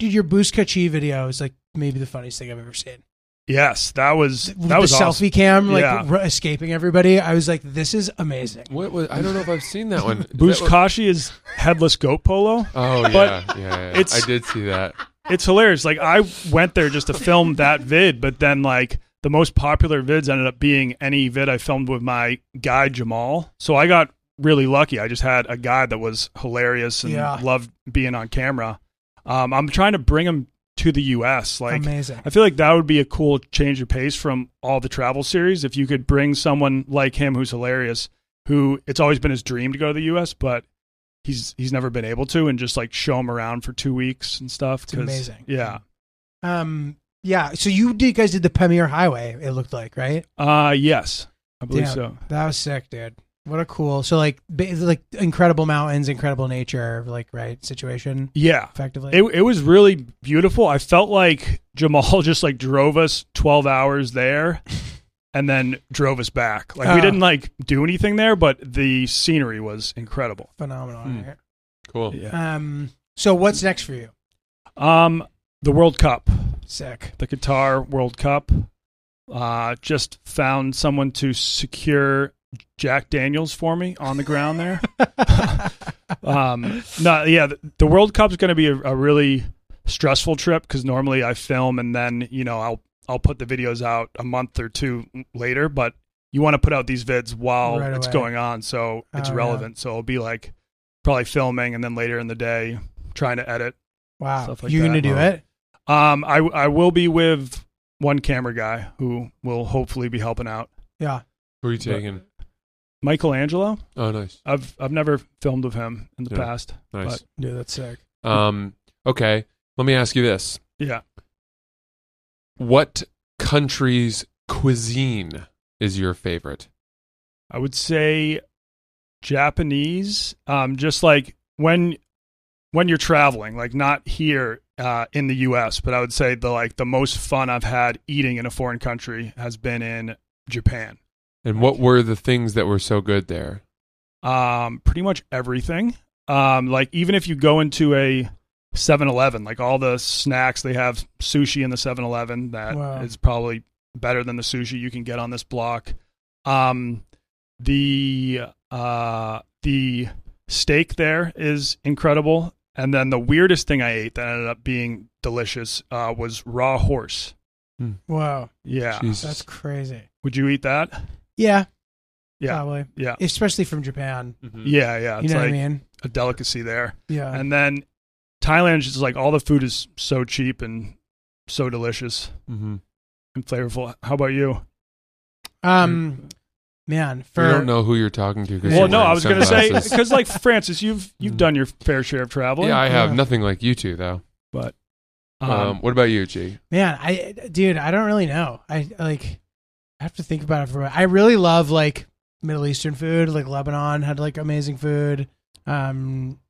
Dude, your Boost Kachi video is like maybe the funniest thing I've ever seen.
Yes, that was
With
that was
the
awesome.
selfie cam, like
Yeah.
r- escaping everybody. I was like, this is amazing.
What was I don't know if I've seen that one. Is
Boost
that what-
Kashi is headless goat polo.
Oh yeah,
But
yeah, yeah.
it's-
I did see that.
it's hilarious. Like I went there just to film that vid, but then like the most popular vids ended up being any vid I filmed with my guy Jamal. So I got really lucky. I just had a guy that was hilarious and
Yeah.
loved being on camera. Um, I'm trying to bring him to the U.S. Like
amazing.
I feel like that would be a cool change of pace from all the travel series if you could bring someone like him who's hilarious, who it's always been his dream to go to the US, but he's he's never been able to and just like show him around for 2 weeks and stuff
It's
'cause-
amazing.
Yeah.
Um, yeah. So you did, guys did the Premier Highway. It looked like right.
Uh yes. I believe
Damn.
so.
That was sick, dude. What a cool. So like ba- like incredible mountains, incredible nature, like right situation
Yeah.
effectively.
It it was really beautiful. I felt like Jamal just like drove us 12 hours there and then drove us back. Like we
Ah.
didn't like do anything there, but the scenery was incredible.
Phenomenal.
Hmm.
right?
Cool.
Yeah.
Um so what's next for you?
Um, the World Cup,
Sick.
the Qatar World Cup. Uh, just found someone to secure Jack Daniels for me on the ground there. um, no, yeah, the, the World Cup's going to be a, a really stressful trip because normally I film and then you know I'll I'll put the videos out a month or two later, but you want to put out these vids while
Right
it's
away.
going on, so it's
Oh, yeah.
relevant. So I'll be like probably filming and then later in the day trying to edit
Wow.
Stuff like
You're gonna
that.
do
Wow.
it?
um, I I will be with one camera guy who will hopefully be helping out.
Yeah.
Who are you taking?
Michelangelo,
Oh, nice,
I've I've never filmed with him in the
Yeah.
past.
nice.
Dude, that's sick.
Um, okay. Let me ask you this:
Yeah.
What country's cuisine is your favorite?
I would say Japanese. Um, just like when when you're traveling, like not here, uh, in the U.S., but I would say the like the most fun I've had eating in a foreign country has been in Japan.
And what were the things that were so good there?
um, pretty much everything. Um, like even if you go into a 7-Eleven, like all the snacks they have sushi in the 7-Eleven that is
Wow.
probably better than the sushi you can get on this block. Um, the uh, the steak there is incredible, and then the weirdest thing I ate that ended up being delicious uh, was raw horse.
Whoa,
Yeah,
Jesus.
that's crazy.
would you eat that?
Yeah,
Yeah.
probably,
Yeah,
especially from Japan.
yeah, yeah. It's
you know
like
what I mean?
a delicacy there.
Yeah,
and then Thailand is just like all the food is so cheap and so delicious
Mm-hmm.
and flavorful. How about you?
um, man, for
you don't know who you're talking to. 'cause
Yeah.
you're
well, no,
wearing
I was going to say
sunglasses.
because like Francis, you've you've
Mm.
done your fair share of traveling.
yeah, I have
Yeah.
nothing like you two though.
um,
Um, what about you, G?
Man, I dude, I don't really know. I like I have to think about it for a minute. I really love like Middle Eastern food, like Lebanon had like amazing food. Um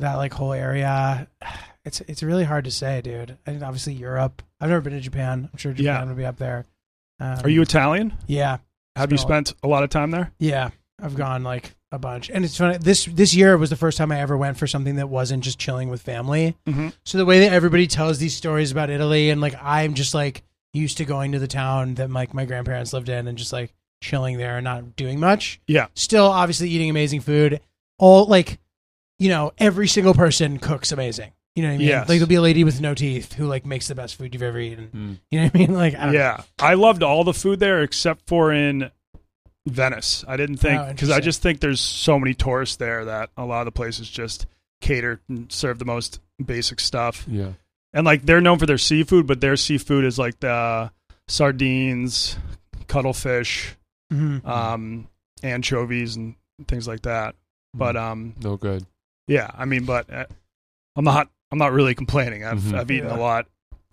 that like whole area. It's it's really hard to say, dude. And obviously Europe. I've never been to Japan. I'm sure Japan
Yeah.
would be up there. Um,
Are you Italian?
Yeah.
Have you
Spell it.
spent a lot of time there?
Yeah, I've gone like a bunch, and it's funny. This this year was the first time I ever went for something that wasn't just chilling with family.
Mhm.
So the way that everybody tells these stories about Italy, and like I'm just like used to going to the town that like my grandparents lived in, and just like chilling there and not doing much.
Yeah.
still obviously eating amazing food. All like, you know, every single person cooks amazing. You know what I mean?
Yes.
Like there'll be a lady with no teeth who like makes the best food you've ever eaten.
Mm.
You know what I mean? Like I don't
Yeah, I loved all the food there except for in Venice. I didn't think
Oh,
because I
interesting.
just think there's so many tourists there that a lot of the places just cater and serve the most basic stuff.
Yeah,
and like they're known for their seafood, but their seafood is like the sardines, cuttlefish,
know. Mhm.
um, anchovies, and things like that. But um,
no good.
yeah, I mean, but uh, I'm not I'm not really complaining. I've
Mhm.
I've eaten
Yeah.
a lot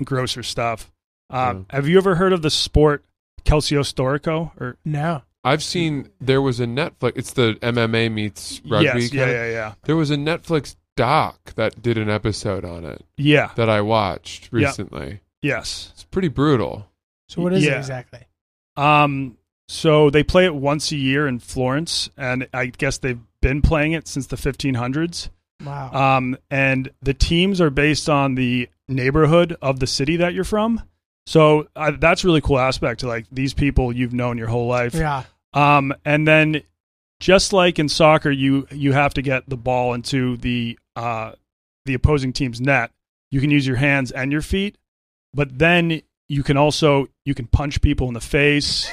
grosser stuff. Um, Have you ever heard of the sport Calcio Storico? Or
No.
I've seen there was a Netflix. It's the MMA meets rugby.
yes, yeah,
kinda-
yeah, yeah,
There was a Netflix doc that did an episode on it
yeah,
that I watched
Yeah.
recently.
yes.
It's pretty brutal.
So what is it
Yeah.
exactly?
Um, so they play it once a year in Florence, and I guess they've been playing it since the 1500s.
Wow.
Um, and the teams are based on the neighborhood of the city that you're from. So uh, that's a really cool aspect to like these people you've known your whole life.
yeah.
Um, and then just like in soccer, you you have to get the ball into the uh, the opposing team's net. You can use your hands and your feet, but then you can also you can punch people in the face.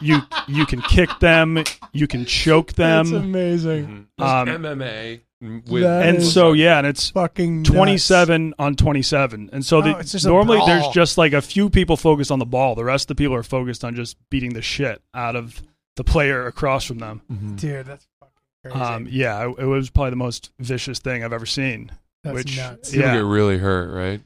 you you can kick them. You can choke
That's
them.
amazing.
Um,
MMA with
That
And
is-
so yeah, and it's
Fucking nuts.
27 on 27 and so the,
Oh, it's just a
normally
brawl.
there's just like a few people focused on the ball the rest of the people are focused on just beating the shit out of the player across from them
Mhm.
dude. That's fucking crazy.
um, yeah it, it was probably the most vicious thing i've ever seen
that's
which-
nuts.
People
Yeah.
get really hurt, right?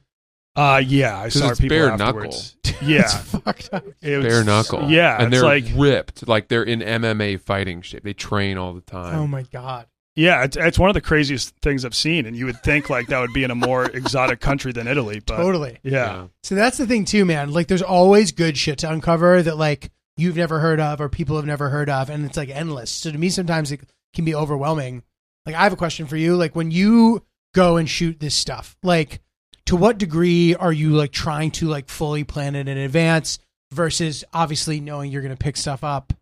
uh, yeah i
'Cause
saw
it's
people
bare
afterwards
That's
yeah
fucked up.
it was-
Bare knuckle.
yeah
and
it's
they're
like
ripped, like they're in MMA fighting shape. They train all the
Oh
time.
my god.
yeah it's, it's one of the craziest things i've seen and you would think like that would be in a more exotic country than italy but
Totally.
yeah
So that's the thing too, man. Like, there's always good shit to uncover that like you've never heard of or people have never heard of, and it's like endless. So to me, sometimes it can be overwhelming. Like, I have a question for you. Like, when you go and shoot this stuff, like, to what degree are you like trying to like fully plan it in advance versus obviously knowing you're gonna pick stuff up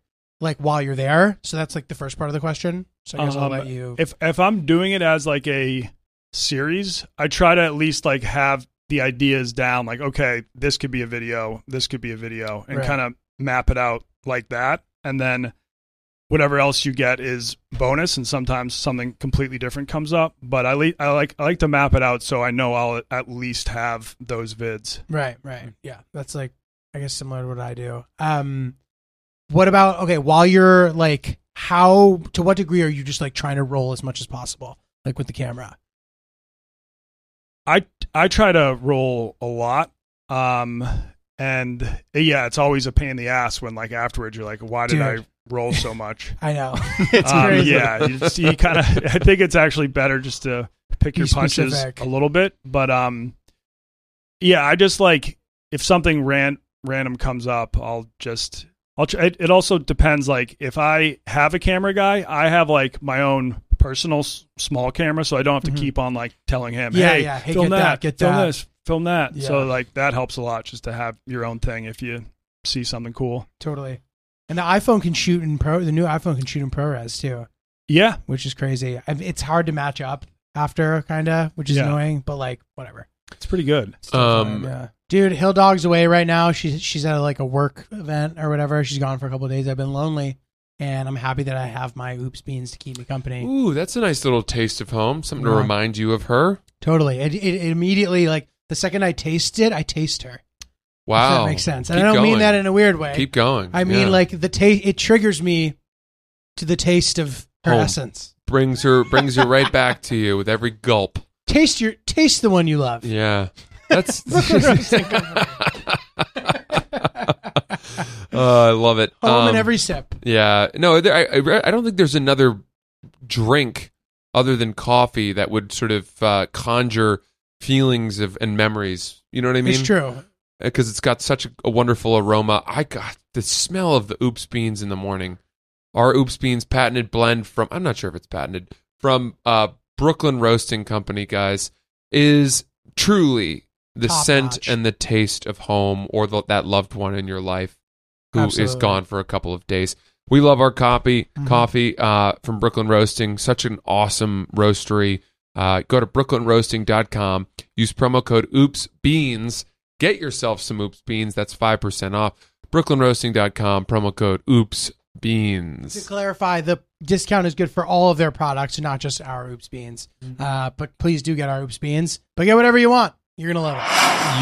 like while you're there? So that's like the first part of the question. So I guess I'll
Um,
let you.
if if I'm doing it as like a series, I try to at least like have the ideas down. Like, okay, this could be a video, this could be a video, and
Right.
kind of map it out like that, and then whatever else you get is bonus. And sometimes something completely different comes up, but I, le- I like I like to map it out so I know I'll at least have those vids.
Right, right. Yeah. That's like I guess similar to what I do. Um what about okay, while you're like how to what degree are you just like trying to roll as much as possible like with the camera?
I I try to roll a lot. Um and yeah, it's always a pain in the ass when like afterwards you're like, why did
Dude.
I roll so much?
I know. it's
Um,
crazy.
Yeah, you, see, you kind of. I think it's actually better just to pick
Be
your punches
specific.
a little bit, but um, yeah, I just like if something ran random comes up, I'll just I'll tr- it, it also depends like if I have a camera guy, I have like my own personal s- small camera so I don't have to
Mhm.
keep on like telling him,
Yeah,
"Hey,
yeah, hey,
film
get that, get
film
that."
this, film that." So
Yeah.
like that helps a lot just to have your own thing if you see something cool.
Totally. And the iPhone can shoot in pro. The new iPhone can shoot in ProRes too,
Yeah,
which is crazy. I- It's hard to match up after, kind of, which is
Yeah.
annoying. But like, whatever.
it's pretty good.
It's still
Um,
fine, yeah. Dude, Hill Dog's away right now. She's she's at like a work event or whatever. She's gone for a couple of days. I've been lonely, and I'm happy that I have my Oops Beans to keep me company.
Ooh, that's a nice little taste of home. Something to
Yeah.
remind you of her.
Totally. It, it, it immediately like the second I taste it, I taste her.
Wow,
if that makes sense. And
Keep
I don't mean
going.
that in a weird way.
Keep going.
I mean
Yeah.
like the taste. It triggers me to the taste of her
Home.
essence.
brings her brings you right back to you with every gulp.
Taste your taste the one you love.
Yeah, that's. Oh, I love it.
Home in
Um,
every sip.
Yeah, no, there, I- I re- I don't think there's another drink other than coffee that would sort of uh, conjure feelings of and memories. You know what I mean?
it's true.
because uh, it's got such a, a wonderful aroma. I got the smell of the oops beans in the morning. Our oops beans patented blend from I'm not sure if it's patented from uh, Brooklyn Roasting Company guys is truly the
Top
scent
notch.
and the taste of home or the, that loved one in your life who is
Absolutely.
gone for a couple of days. We love our copy
Mhm.
coffee uh, from Brooklyn Roasting, such an awesome roastery. Uh, go to brooklynroasting.com, use promo code oopsbeans Get yourself some Oops Beans. That's 5% off. BrooklynRoasting.com, promo code Oops
To
Beans.
clarify, the discount is good for all of their products, not just our Oops Beans. Uh, but please do get our Oops Beans. But get whatever you want. You're gonna love it.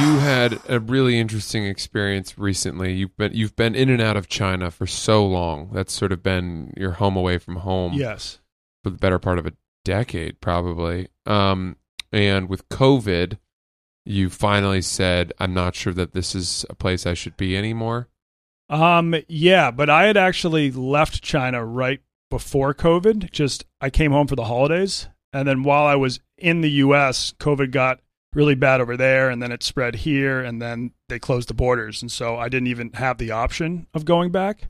You had a really interesting experience recently. You've been you've been in and out of China for so long. That's sort of been your home away from home
Yes.
for the better part of a decade, probably. Um, and with COVID, you finally said, "I'm not sure that this is a place I should be anymore."
Um, yeah, but I had actually left China right before COVID. Just I came home for the holidays, and then while I was in the U.S., COVID got really bad over there, and then it spread here, and then they closed the borders, and so I didn't even have the option of going back.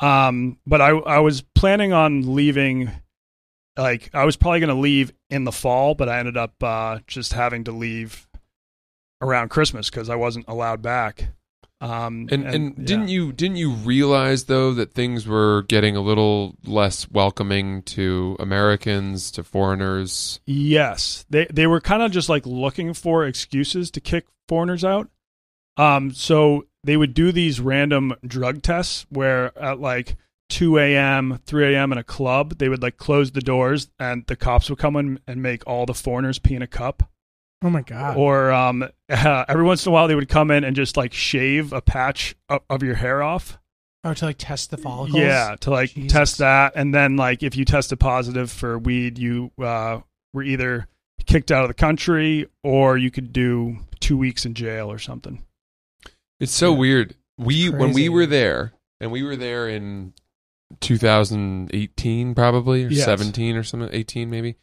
Um, but I I was planning on leaving. Like I was probably going to leave in the fall, but I ended up uh, just having to leave around Christmas because I wasn't allowed back. Um,
And and,
yeah.
didn't you didn't you realize though that things were getting a little less welcoming to Americans, to foreigners?
Yes, they they were kind of just like looking for excuses to kick foreigners out. Um, so they would do these random drug tests where at like 2 a.m., 3 a.m. in a club, they would like close the doors and the cops would come in and make all the foreigners pee in a cup.
Oh my god.
Or um, every once in a while, they would come in and just like shave a patch of, of your hair off.
Or Oh, to like test the follicles.
Yeah, to like
Jesus.
test that, and then like if you tested positive for weed, you uh, were either kicked out of the country or you could do two weeks in jail or something.
It's so
Yeah.
weird. We when we
Crazy.
were there, and we were there in 2018 probably or
Yes.
17 or something, 18 maybe.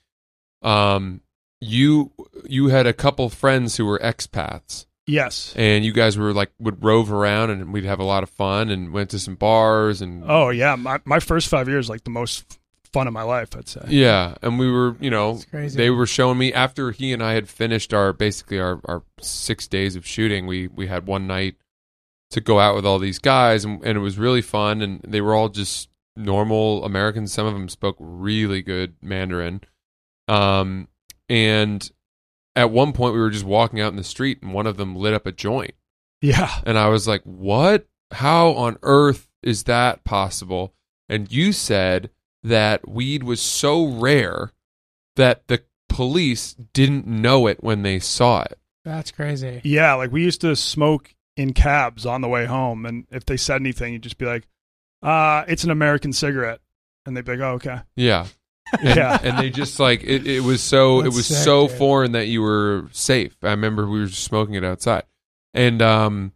Um, you you had a couple friends who were expats,
Yes.
and you guys were like would rove around, and we'd have a lot of fun, and went to some bars, and
Oh yeah, my my first five years like the most fun of my life, I'd say.
Yeah, and we were, you know,
It's crazy.
they were showing me after he and I had finished our basically our, our six days of shooting. We we had one night to go out with all these guys, and, and it was really fun. And they were all just normal Americans. Some of them spoke really good Mandarin. Um, and at one point, we were just walking out in the street, and one of them lit up a joint.
Yeah.
And I was like, what? How on earth is that possible? And you said that weed was so rare that the police didn't know it when they saw it.
That's crazy.
Yeah, like we used to smoke in cabs on the way home, and if they said anything, you'd just be like, "Uh, it's an American cigarette," and they'd be like, "Oh, okay."
Yeah. And,
Yeah.
and they just like it, it was so
That's
it was
sick,
so
dude.
foreign that you were safe. I remember we were just smoking it outside. And um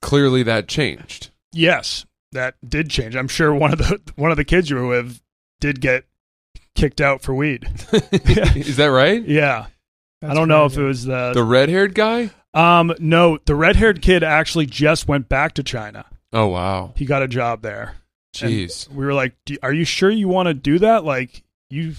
clearly that changed.
Yes, that did change. I'm sure one of the one of the kids you were with did get kicked out for weed.
is that right?
Yeah, I
That's
don't know if
crazy.
it was the,
The red-haired guy?
Um, no, the red haired kid actually just went back to China.
Oh wow.
He got a job there. And
Jeez.
we were like, D- "Are you sure you want to do that? Like, you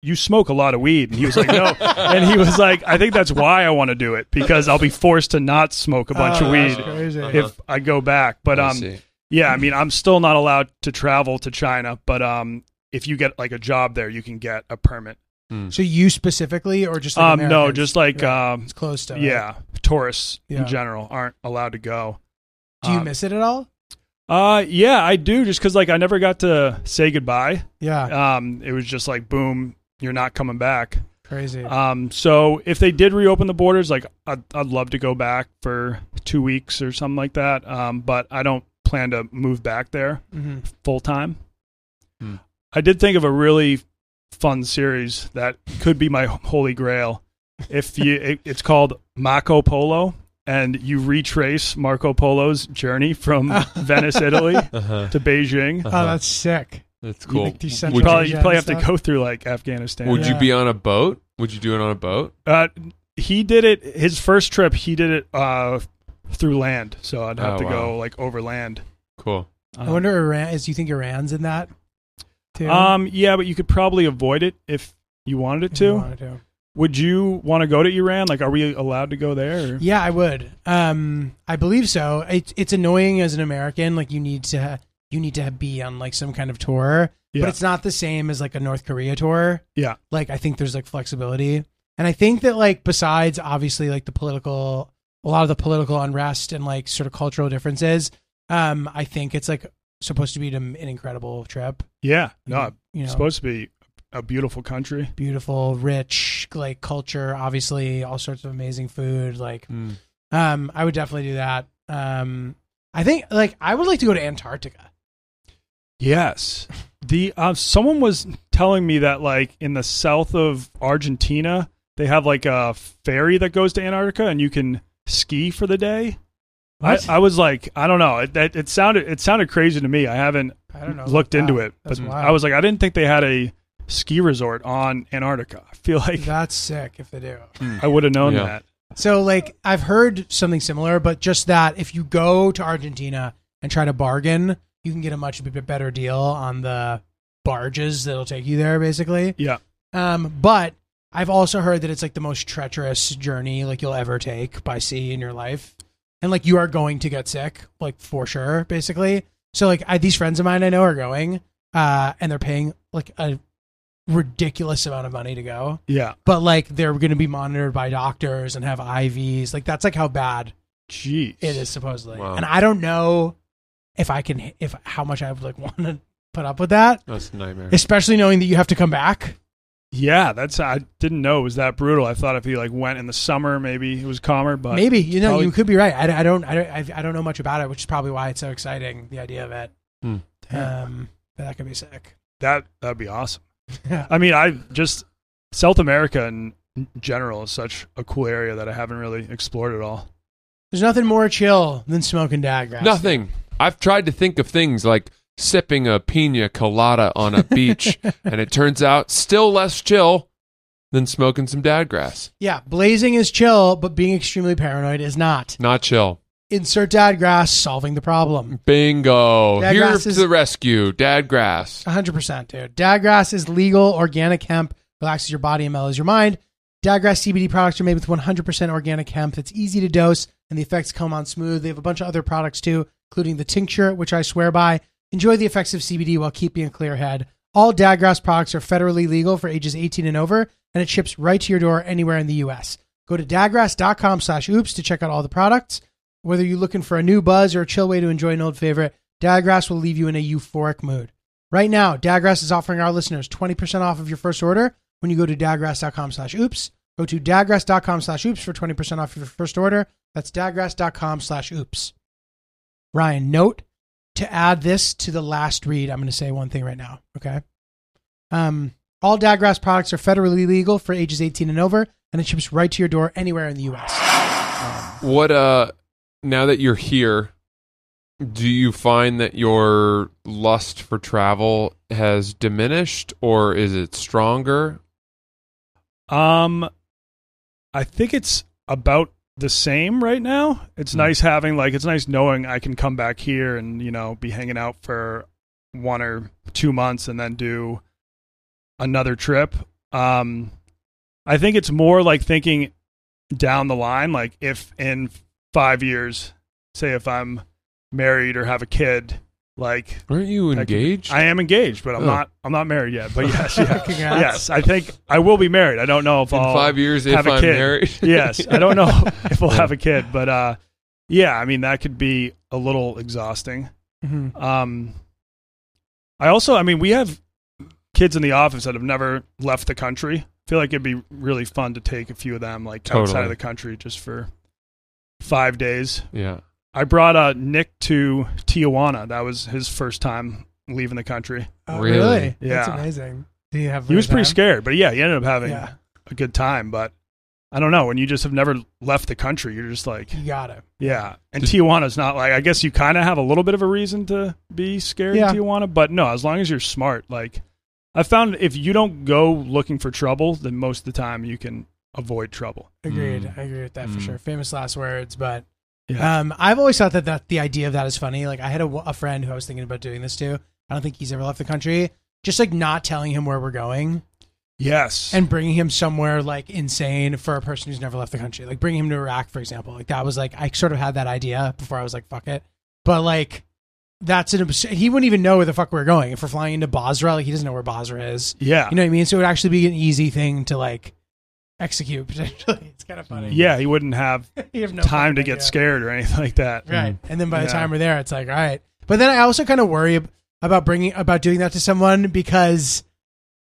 you smoke a lot of weed." And he was like, "No." and he was like, "I think that's why I want to do it because I'll be forced to not smoke a bunch
Oh,
of
that's
weed
crazy.
Uh-huh.
if I go back." But
I
um,
see.
yeah, I mean, I'm still not allowed to travel to China, but um, if you get like a job there, you can get a permit.
So you specifically, or just like
um, no,
Americans?
just like
Yeah.
um,
it's close to. right?
yeah, tourists
Yeah.
in general aren't allowed to go.
Do you
Um,
miss it at all?
Uh, yeah, I do, just because like I never got to say goodbye.
Yeah,
Um, it was just like boom, you're not coming back.
crazy.
Um, so if they did reopen the borders, like I'd, I'd love to go back for two weeks or something like that. Um, but I don't plan to move back there
hmm
full time.
Hmm.
I did think of a really fun series that could be my holy grail. If you, it, it's called Marco Polo, and you retrace Marco Polo's journey from Venice, Italy,
Uh-huh.
to Beijing.
Oh, that's sick.
That's
you
cool.
Like these
You
Central
probably, you
Asian
probably have to
stuff.
go through like Afghanistan.
Would you
Yeah.
be on a boat? Would you do it on a boat?
Uh, he did it. His first trip, he did it uh, through land. So I'd have
Oh,
to
wow.
go like overland.
Cool.
Um,
I wonder Iran is. You think Iran's in that? Too?
Um, yeah, but you could probably avoid it if you wanted it
If you
to.
wanted to.
Would you want to go to Iran? Like, are we allowed to go there? Or?
Yeah, I would. Um, I believe so. It's it's annoying as an American. Like you need to you need to be on like some kind of tour,
Yeah.
but it's not the same as like a North Korea tour.
Yeah.
like I think there's like flexibility, and I think that like besides obviously like the political, a lot of the political unrest and like sort of cultural differences. Um, I think it's like supposed to be an an incredible trip.
Yeah. No, it's
you know,
supposed to be a beautiful country.
beautiful, rich like culture. Obviously, all sorts of amazing food. Like
Hmm.
um, I would definitely do that. Um, I think like I would like to go to Antarctica.
Yes. The uh, someone was telling me that like in the south of Argentina, they have like a ferry that goes to Antarctica, and you can ski for the day. I,
What?
I was like, I don't know. It, it, it sounded it sounded crazy to me. I haven't
I don't know.
looked into it,
That's
but
wild.
I was like, I didn't think they had a ski resort on Antarctica. I feel like
That's sick if they do.
I would have known
Yeah.
that.
So like I've heard something similar, but just that if you go to Argentina and try to bargain, you can get a much b- better deal on the barges that'll take you there, basically.
Yeah.
Um, but I've also heard that it's like the most treacherous journey like you'll ever take by sea in your life, and like you are going to get sick, like for sure, basically. So like I, these friends of mine I know are going, uh, and they're paying like a ridiculous amount of money to go
Yeah.
but like they're going to be monitored by doctors and have IVs. Like that's like how bad
Jeez.
it is supposedly.
Wow.
And I don't know if I can if how much I would like want to put up with that,
That's a nightmare.
especially knowing that you have to come back.
Yeah, that's I didn't know it was that brutal. I thought if he like went in the summer, maybe it was calmer. But
Maybe you know
probably-
you could be right. I, I don't I don't I, I don't know much about it, which is probably why it's so exciting. The idea of it.
Hmm.
Um, but that could be sick.
that that'd be awesome.
Yeah.
I mean, I just South America in general is such a cool area that I haven't really explored at all.
There's nothing more chill than smoking dag grass.
Nothing. I've tried to think of things like sipping a pina colada on a beach, and it turns out still less chill than smoking some dadgrass.
Yeah, blazing is chill, but being extremely paranoid is not.
Not chill.
Insert dad grass solving the problem.
Bingo.
Dadgrass
Here
is-
to the rescue. Dadgrass.
100%, dude. Dadgrass is legal, organic hemp, relaxes your body and mellows your mind. Dadgrass CBD products are made with 100% organic hemp that's easy to dose, and the effects come on smooth. They have a bunch of other products too, including the tincture, which I swear by. Enjoy the effects of CBD while keeping a clear head. All Dadgrass products are federally legal for ages 18 and over, and it ships right to your door anywhere in the U.S. Go to dadgrass.com slash oops to check out all the products. Whether you're looking for a new buzz or a chill way to enjoy an old favorite, Dadgrass will leave you in a euphoric mood. Right now, Dadgrass is offering our listeners 20% off of your first order when you go to dadgrass.com slash oops. Go to dadgrass.com slash oops for 20% off your first order. That's dadgrass.com slash oops. Ryan, note to add this to the last read, I'm going to say one thing right now, okay? Um, all Dadgrass products are federally legal for ages 18 and over, and it ships right to your door anywhere in the U.S.
What uh now that you're here, do you find that your lust for travel has diminished or is it stronger?
Um, I think it's about the same right now. It's
Hmm.
nice having like it's nice knowing I can come back here and you know be hanging out for one or two months and then do another trip. Um, I think it's more like thinking down the line, like if in five years, say if I'm married or have a kid, like
Aren't you
I can-
engaged?
I am engaged, but I'm
Oh.
not. I'm not married yet. But yes, yeah,
Congrats.
yes. I think I will be married. I don't know if
in
I'll
five years, if
have a
I'm
kid.
married,
yes i don't know if we'll have a kid but uh yeah i mean that could be a little exhausting
Mhm.
um i also i mean we have kids in the office that have never left the country I feel like it'd be really fun to take a few of them like outside
Totally.
of the country just for five days
yeah,
i brought uh nick to tijuana that was his first time leaving the country
Oh,
Really?
That's
Yeah.
amazing. Did you have? a
he was
good
pretty
time?
scared but yeah he ended up having
Yeah,
a good time but i don't know when you just have never left the country you're just like
you got it.
Yeah, and Tijuana's not like I guess you kind of have a little bit of a reason to be scared
Yeah.
in Tijuana, but no, as long as you're smart, like I found if you don't go looking for trouble, then most of the time you can avoid trouble.
Agreed.
Mm.
I agree with that for
Mm.
sure. Famous last words, but
Yeah.
um, I've always thought that, that the idea of that is funny. Like I had a, a friend who I was thinking about doing this to. I don't think he's ever left the country. Just like not telling him where we're going
Yes,
and bringing him somewhere like insane for a person who's never left the country. Like bringing him to Iraq, for example. Like that was like I sort of had that idea before I was like, fuck it. But like that's an abs- he wouldn't even know where the fuck we are going. If we're flying into Basra, like he doesn't know where Basra is.
yeah,
You know what I mean? So it would actually be an easy thing to like execute potentially. It's kind of funny.
yeah. He wouldn't have
you have no
time
fucking
to get
idea.
scared or anything like that.
Right. And then by the
Yeah.
time we're there, it's like, all right. But then I also kind of worry ab- about bringing about doing that to someone because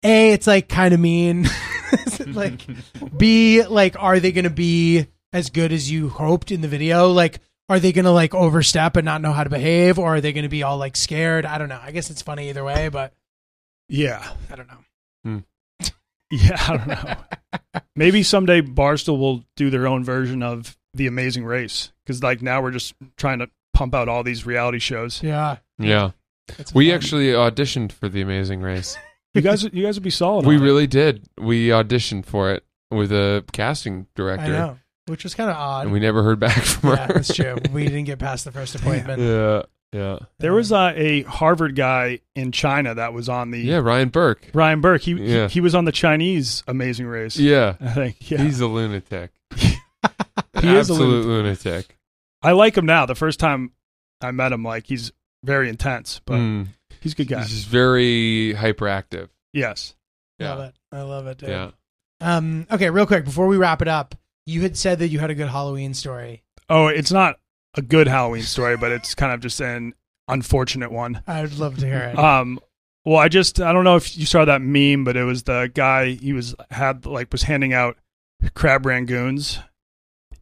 a, it's like kind of mean. like B, like are they going to be as good as you hoped in the video? Like are they going to like overstep and not know how to behave or are they going to be all like scared? I don't know. I guess it's funny either way, but
Yeah,
I don't know.
yeah. I don't know. Maybe someday Barstool will do their own version of the Amazing Race because like now we're just trying to pump out all these reality shows.
Yeah.
yeah.
It's
We
fun.
actually auditioned for The Amazing Race.
You guys, you guys would be solid.
we
on it.
really did. We auditioned for it with a casting
I
director,
know, which was kind of odd.
and we never heard back from
yeah,
her.
that's true. We didn't get past the first appointment.
yeah, yeah,
There was uh, a Harvard guy in China that was on the
yeah. Ryan Burke.
Ryan Burke. He, he-
Yeah.
he was on the Chinese Amazing Race.
Yeah,
I think. Yeah.
he's a lunatic. An
He is a
absolute lunatic.
I like him now. The first time I met him, like he's very intense, but
Mm.
he's a good guy.
He's just very hyperactive.
yes.
Yeah,
Love it. I love it. Dude.
yeah.
Um, okay, real quick before we wrap it up, you had said that you had a good Halloween story.
Oh, it's not a good Halloween story, but it's kind of just an unfortunate one.
I'd love to hear it.
Um, well, I just I don't know if you saw that meme, but it was the guy he was had like was handing out crab rangoons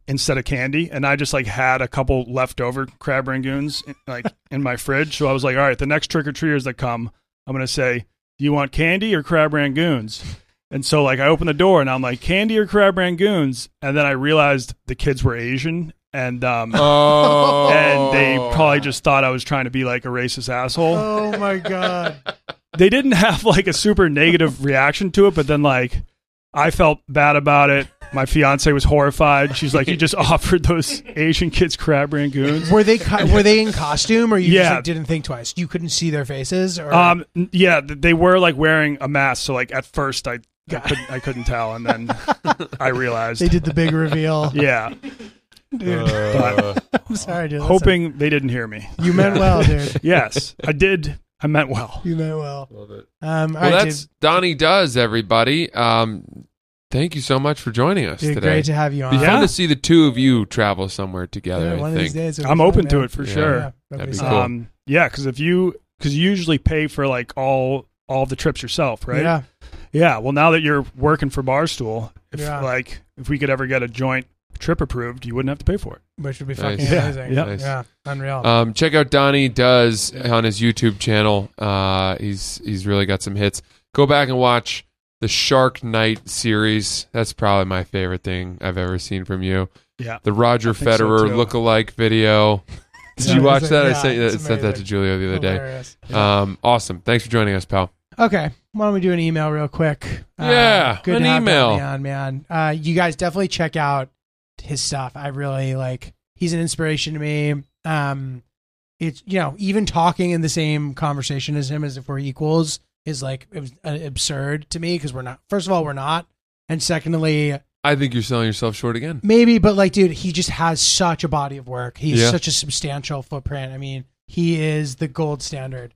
instead of candy, and I just like had a couple leftover crab rangoons like in my fridge, so I was like, all right, the next trick or treaters that come, I'm gonna say, do you want candy or crab rangoons? And so like I opened the door and I'm like candy or crab rangoons, and then I realized the kids were Asian. And um,
Oh,
and they probably just thought I was trying to be like a racist asshole
oh my god!
they didn't have like a super negative reaction to it, but then like I felt bad about it. My fiance was horrified. She's like, "You just offered those Asian kids crab rangoons."
Were they co- were they in costume or you just
Yeah.
like, didn't think twice? You couldn't see their faces or
Um, n- yeah, th- they were like wearing a mask, so like at first I, I
God.
couldn't I couldn't tell, and then I realized.
they did the big reveal.
yeah,
Dude,
Uh,
I'm sorry, dude. Listen,
hoping they didn't hear me.
you meant well, dude.
Yes, I did. I meant well.
You meant well.
love it.
Um, all
Well,
right,
that's Donnie does everybody. Um, thank you so much for joining us
dude. dude
today.
great to have you on.
Be
Yeah.
fun to see the two of you travel somewhere together.
Dude,
I
one of these
think.
days. it'll be
I'm
fun,
open to
man.
it for
Yeah.
sure.
Yeah, that'd
That'd be
sick.
cool.
Um, yeah, because if you because you usually pay for like all all the trips yourself, right?
Yeah,
Yeah, well, now that you're working for Barstool, if
Yeah.
like if we could ever get a joint trip approved, you wouldn't have to pay for it.
which would be
Nice.
fucking
Yeah,
amazing.
yeah.
Nice.
Yeah, unreal.
Um, check out Donnie Does on his YouTube channel. Uh, he's he's really got some hits. Go back and watch the Shark Knight series. That's probably my favorite thing I've ever seen from you.
Yeah.
The Roger
think so,
Federer
too.
lookalike video. Did
Yeah,
you watch
it's
that?
like-
I
yeah,
sent, you-
it's
sent that to
amazing.
Julio the other day.
Hilarious.
Um, awesome. Thanks for joining us, pal.
Okay. Why don't we do an email real quick? Uh,
Yeah,
good
an
to have
email.
Donnie on, man. Uh, you guys definitely check out his stuff. I really like. He's an inspiration to me. Um, it's you know even talking in the same conversation as him as if we're equals is like it was, uh, absurd to me because we're not. First of all, we're not, and secondly,
I think you're selling yourself short again.
Maybe, but like, dude, he just has such a body of work. He's
Yeah.
such a substantial footprint. I mean, he is the gold standard,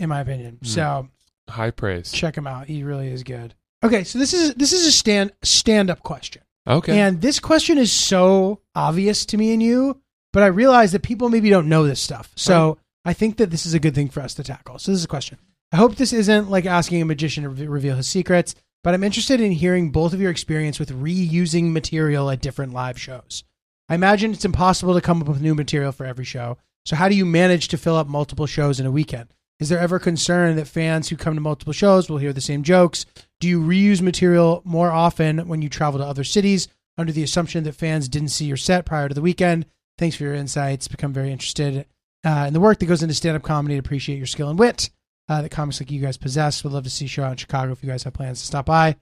in my opinion.
Hmm.
So
High praise.
check him out. He really is good. Okay, so this is this is a stand stand up question,
Okay.
and this question is so obvious to me and you, but I realize that people maybe don't know this stuff. So I think that this is a good thing for us to tackle. So this is a question. I hope this isn't like asking a magician to re- reveal his secrets, but I'm interested in hearing both of your experience with reusing material at different live shows. I imagine it's impossible to come up with new material for every show. So how do you manage to fill up multiple shows in a weekend? Is there ever concern that fans who come to multiple shows will hear the same jokes? Do you reuse material more often when you travel to other cities under the assumption that fans didn't see your set prior to the weekend? Thanks for your insights. Become very interested uh, in the work that goes into stand-up comedy. Appreciate your skill and wit uh, that comics like you guys possess. Would love to see a show out in Chicago if you guys have plans to stop by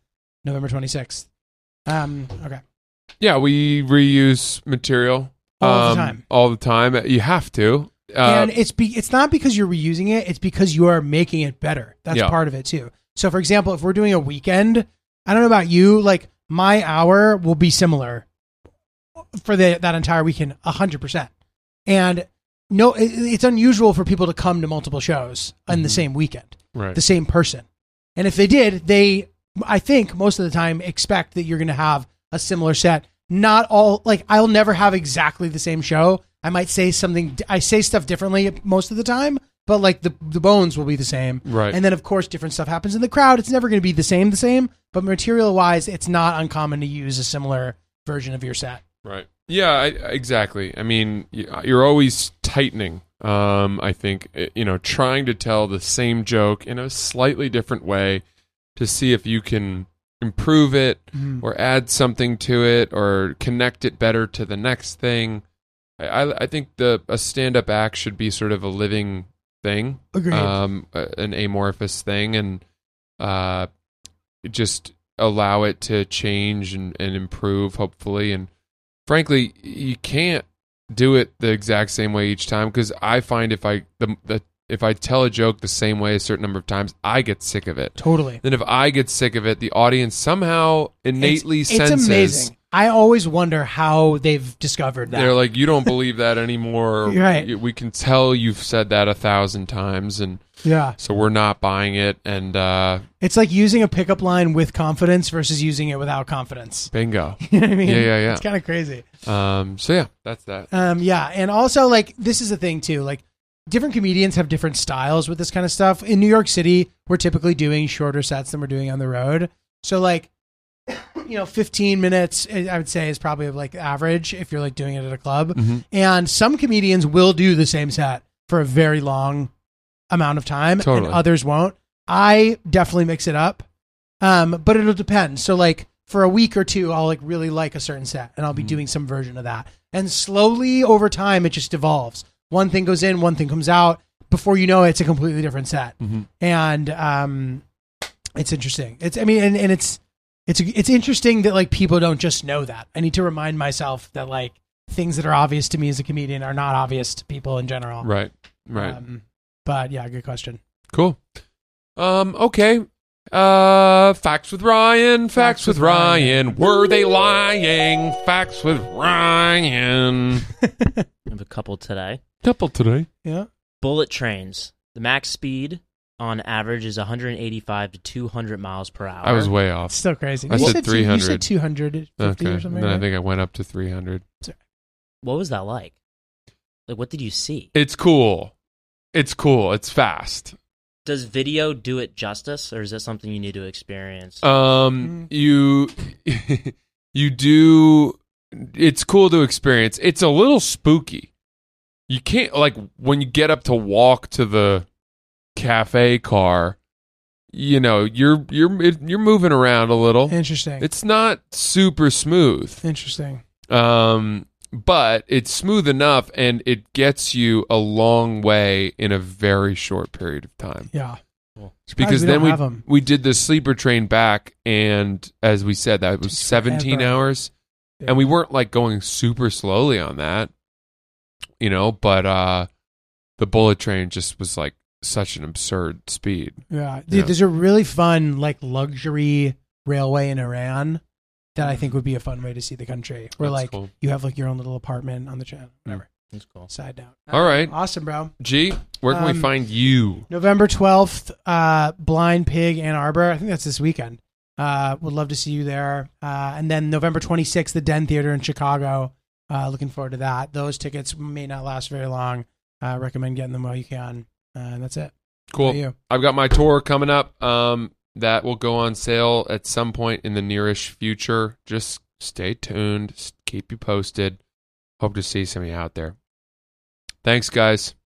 November 26th. Um, okay.
Yeah, we reuse material um,
All the time.
All the time. You have to. Uh,
and it's be, it's not because you're reusing it; it's because you are making it better. That's
Yeah.
part of it too. So, for example, if we're doing a weekend, I don't know about you, like my hour will be similar for the, that entire weekend, hundred percent. And no, it, it's unusual for people to come to multiple shows on
Mm-hmm.
the same weekend,
right.
the same person. And if they did, they, I think, most of the time expect that you're going to have a similar set. Not all, like, I'll never have exactly the same show. I might say something, I say stuff differently most of the time, but like the, the bones will be the same.
Right.
And then, of course, different stuff happens in the crowd. It's never going to be the same, the same, but material wise, it's not uncommon to use a similar version of your set.
Right. Yeah, I, exactly. I mean, y- uh, you're always tightening. Um, I think eh, you know, trying to tell the same joke in a slightly different way to see if you can improve it or add something to it or connect it better to the next thing. I, I, I think the a stand up act should be sort of a living thing,
Agreed.
um, a- an amorphous thing, and uh, just allow it to change and, and improve, hopefully. And frankly, you can't do it the exact same way each time because I find if I the, the if I tell a joke the same way a certain number of times, I get sick of it.
totally.
Then if I get sick of it, the audience somehow innately
it's,
senses.
It's amazing. I always wonder how they've discovered that.
They're like, you don't believe that anymore.
You're right.
You- We can tell you've said that a thousand times, and
yeah.
so we're not buying it. And uh,
It's like using a pickup line with confidence versus using it without confidence.
bingo.
You know what I mean?
Yeah, yeah, yeah.
It's kind of crazy.
Um, so yeah, that's that.
Um, yeah, and also like this is a thing too. Like different comedians have different styles with this kind of stuff. In New York City, we're typically doing shorter sets than we're doing on the road. So like, you know, fifteen minutes eh, I would say is probably like average if you're like doing it at a club.
Mhm.
And some comedians will do the same set for a very long amount of time,
Totally.
and others won't. I definitely mix it up. Um, but it'll depend. So like for a week or two, I'll like really like a certain set and I'll be doing some version of that. And slowly over time, it just evolves. One thing goes in, one thing comes out. Before you know it, it's a completely different set. And, um, it's interesting. It's, I mean, and, and it's, it's, it's interesting that like people don't just know that. I need to remind myself that like things that are obvious to me as a comedian are not obvious to people in general.
Right, right.
Um, but yeah, good question.
Cool. Um, okay. Uh, facts with Ryan. Facts, with, Ryan. Were they lying? Facts with Ryan.
I have a couple today.
Couple today.
Yeah.
Bullet trains. The max speed on average is 185 to 200 miles per hour.
I was way
It's
off.
still crazy.
I
you
said
two- You
300.
said 250
Okay.
or
And
something.
then I
right?
think I went up to 300.
what was that like? Like, what did you see?
It's cool. It's cool. It's fast.
Does video do it justice, or is that something you need to experience?
Um, you you do. It's cool to experience. It's a little spooky. You can't like when you get up to walk to the cafe car. You know, you're you're it, you're moving around a little.
Interesting.
It's not super smooth.
Interesting.
Um, but it's smooth enough, and it gets you a long way in a very short period of time
Yeah. Surprised
because
we
then
don't
we
have 'em.
we did the sleeper train back, and as we said, that was
Takes
seventeen
forever.
hours.
Yeah.
and we weren't like going super slowly on that you know but uh the bullet train just was like such an absurd speed
Yeah. Dude,
Yeah.
there's a really fun, like, luxury railway in Iran that I think would be a fun way to see the country. Where,
Mm. That's
like,
cool.
you have, like, your own little apartment on the channel, whatever.
That's cool.
Side note. Uh,
All right.
Awesome, bro.
g where can we
Um,
find you
November 12th, uh, Blind Pig, Ann Arbor. I think that's this weekend. Uh, would love to see you there. Uh, and then November 26th, the Den Theater in Chicago. Uh, looking forward to that. Those tickets may not last very long. Uh, recommend getting them while you can. Uh, and that's it. How
cool
about you?
I've got my tour coming up. Um, that will go on sale at some point in the nearish future. Just stay tuned. s- Keep you posted. Hope to see some of you out there. Thanks, guys.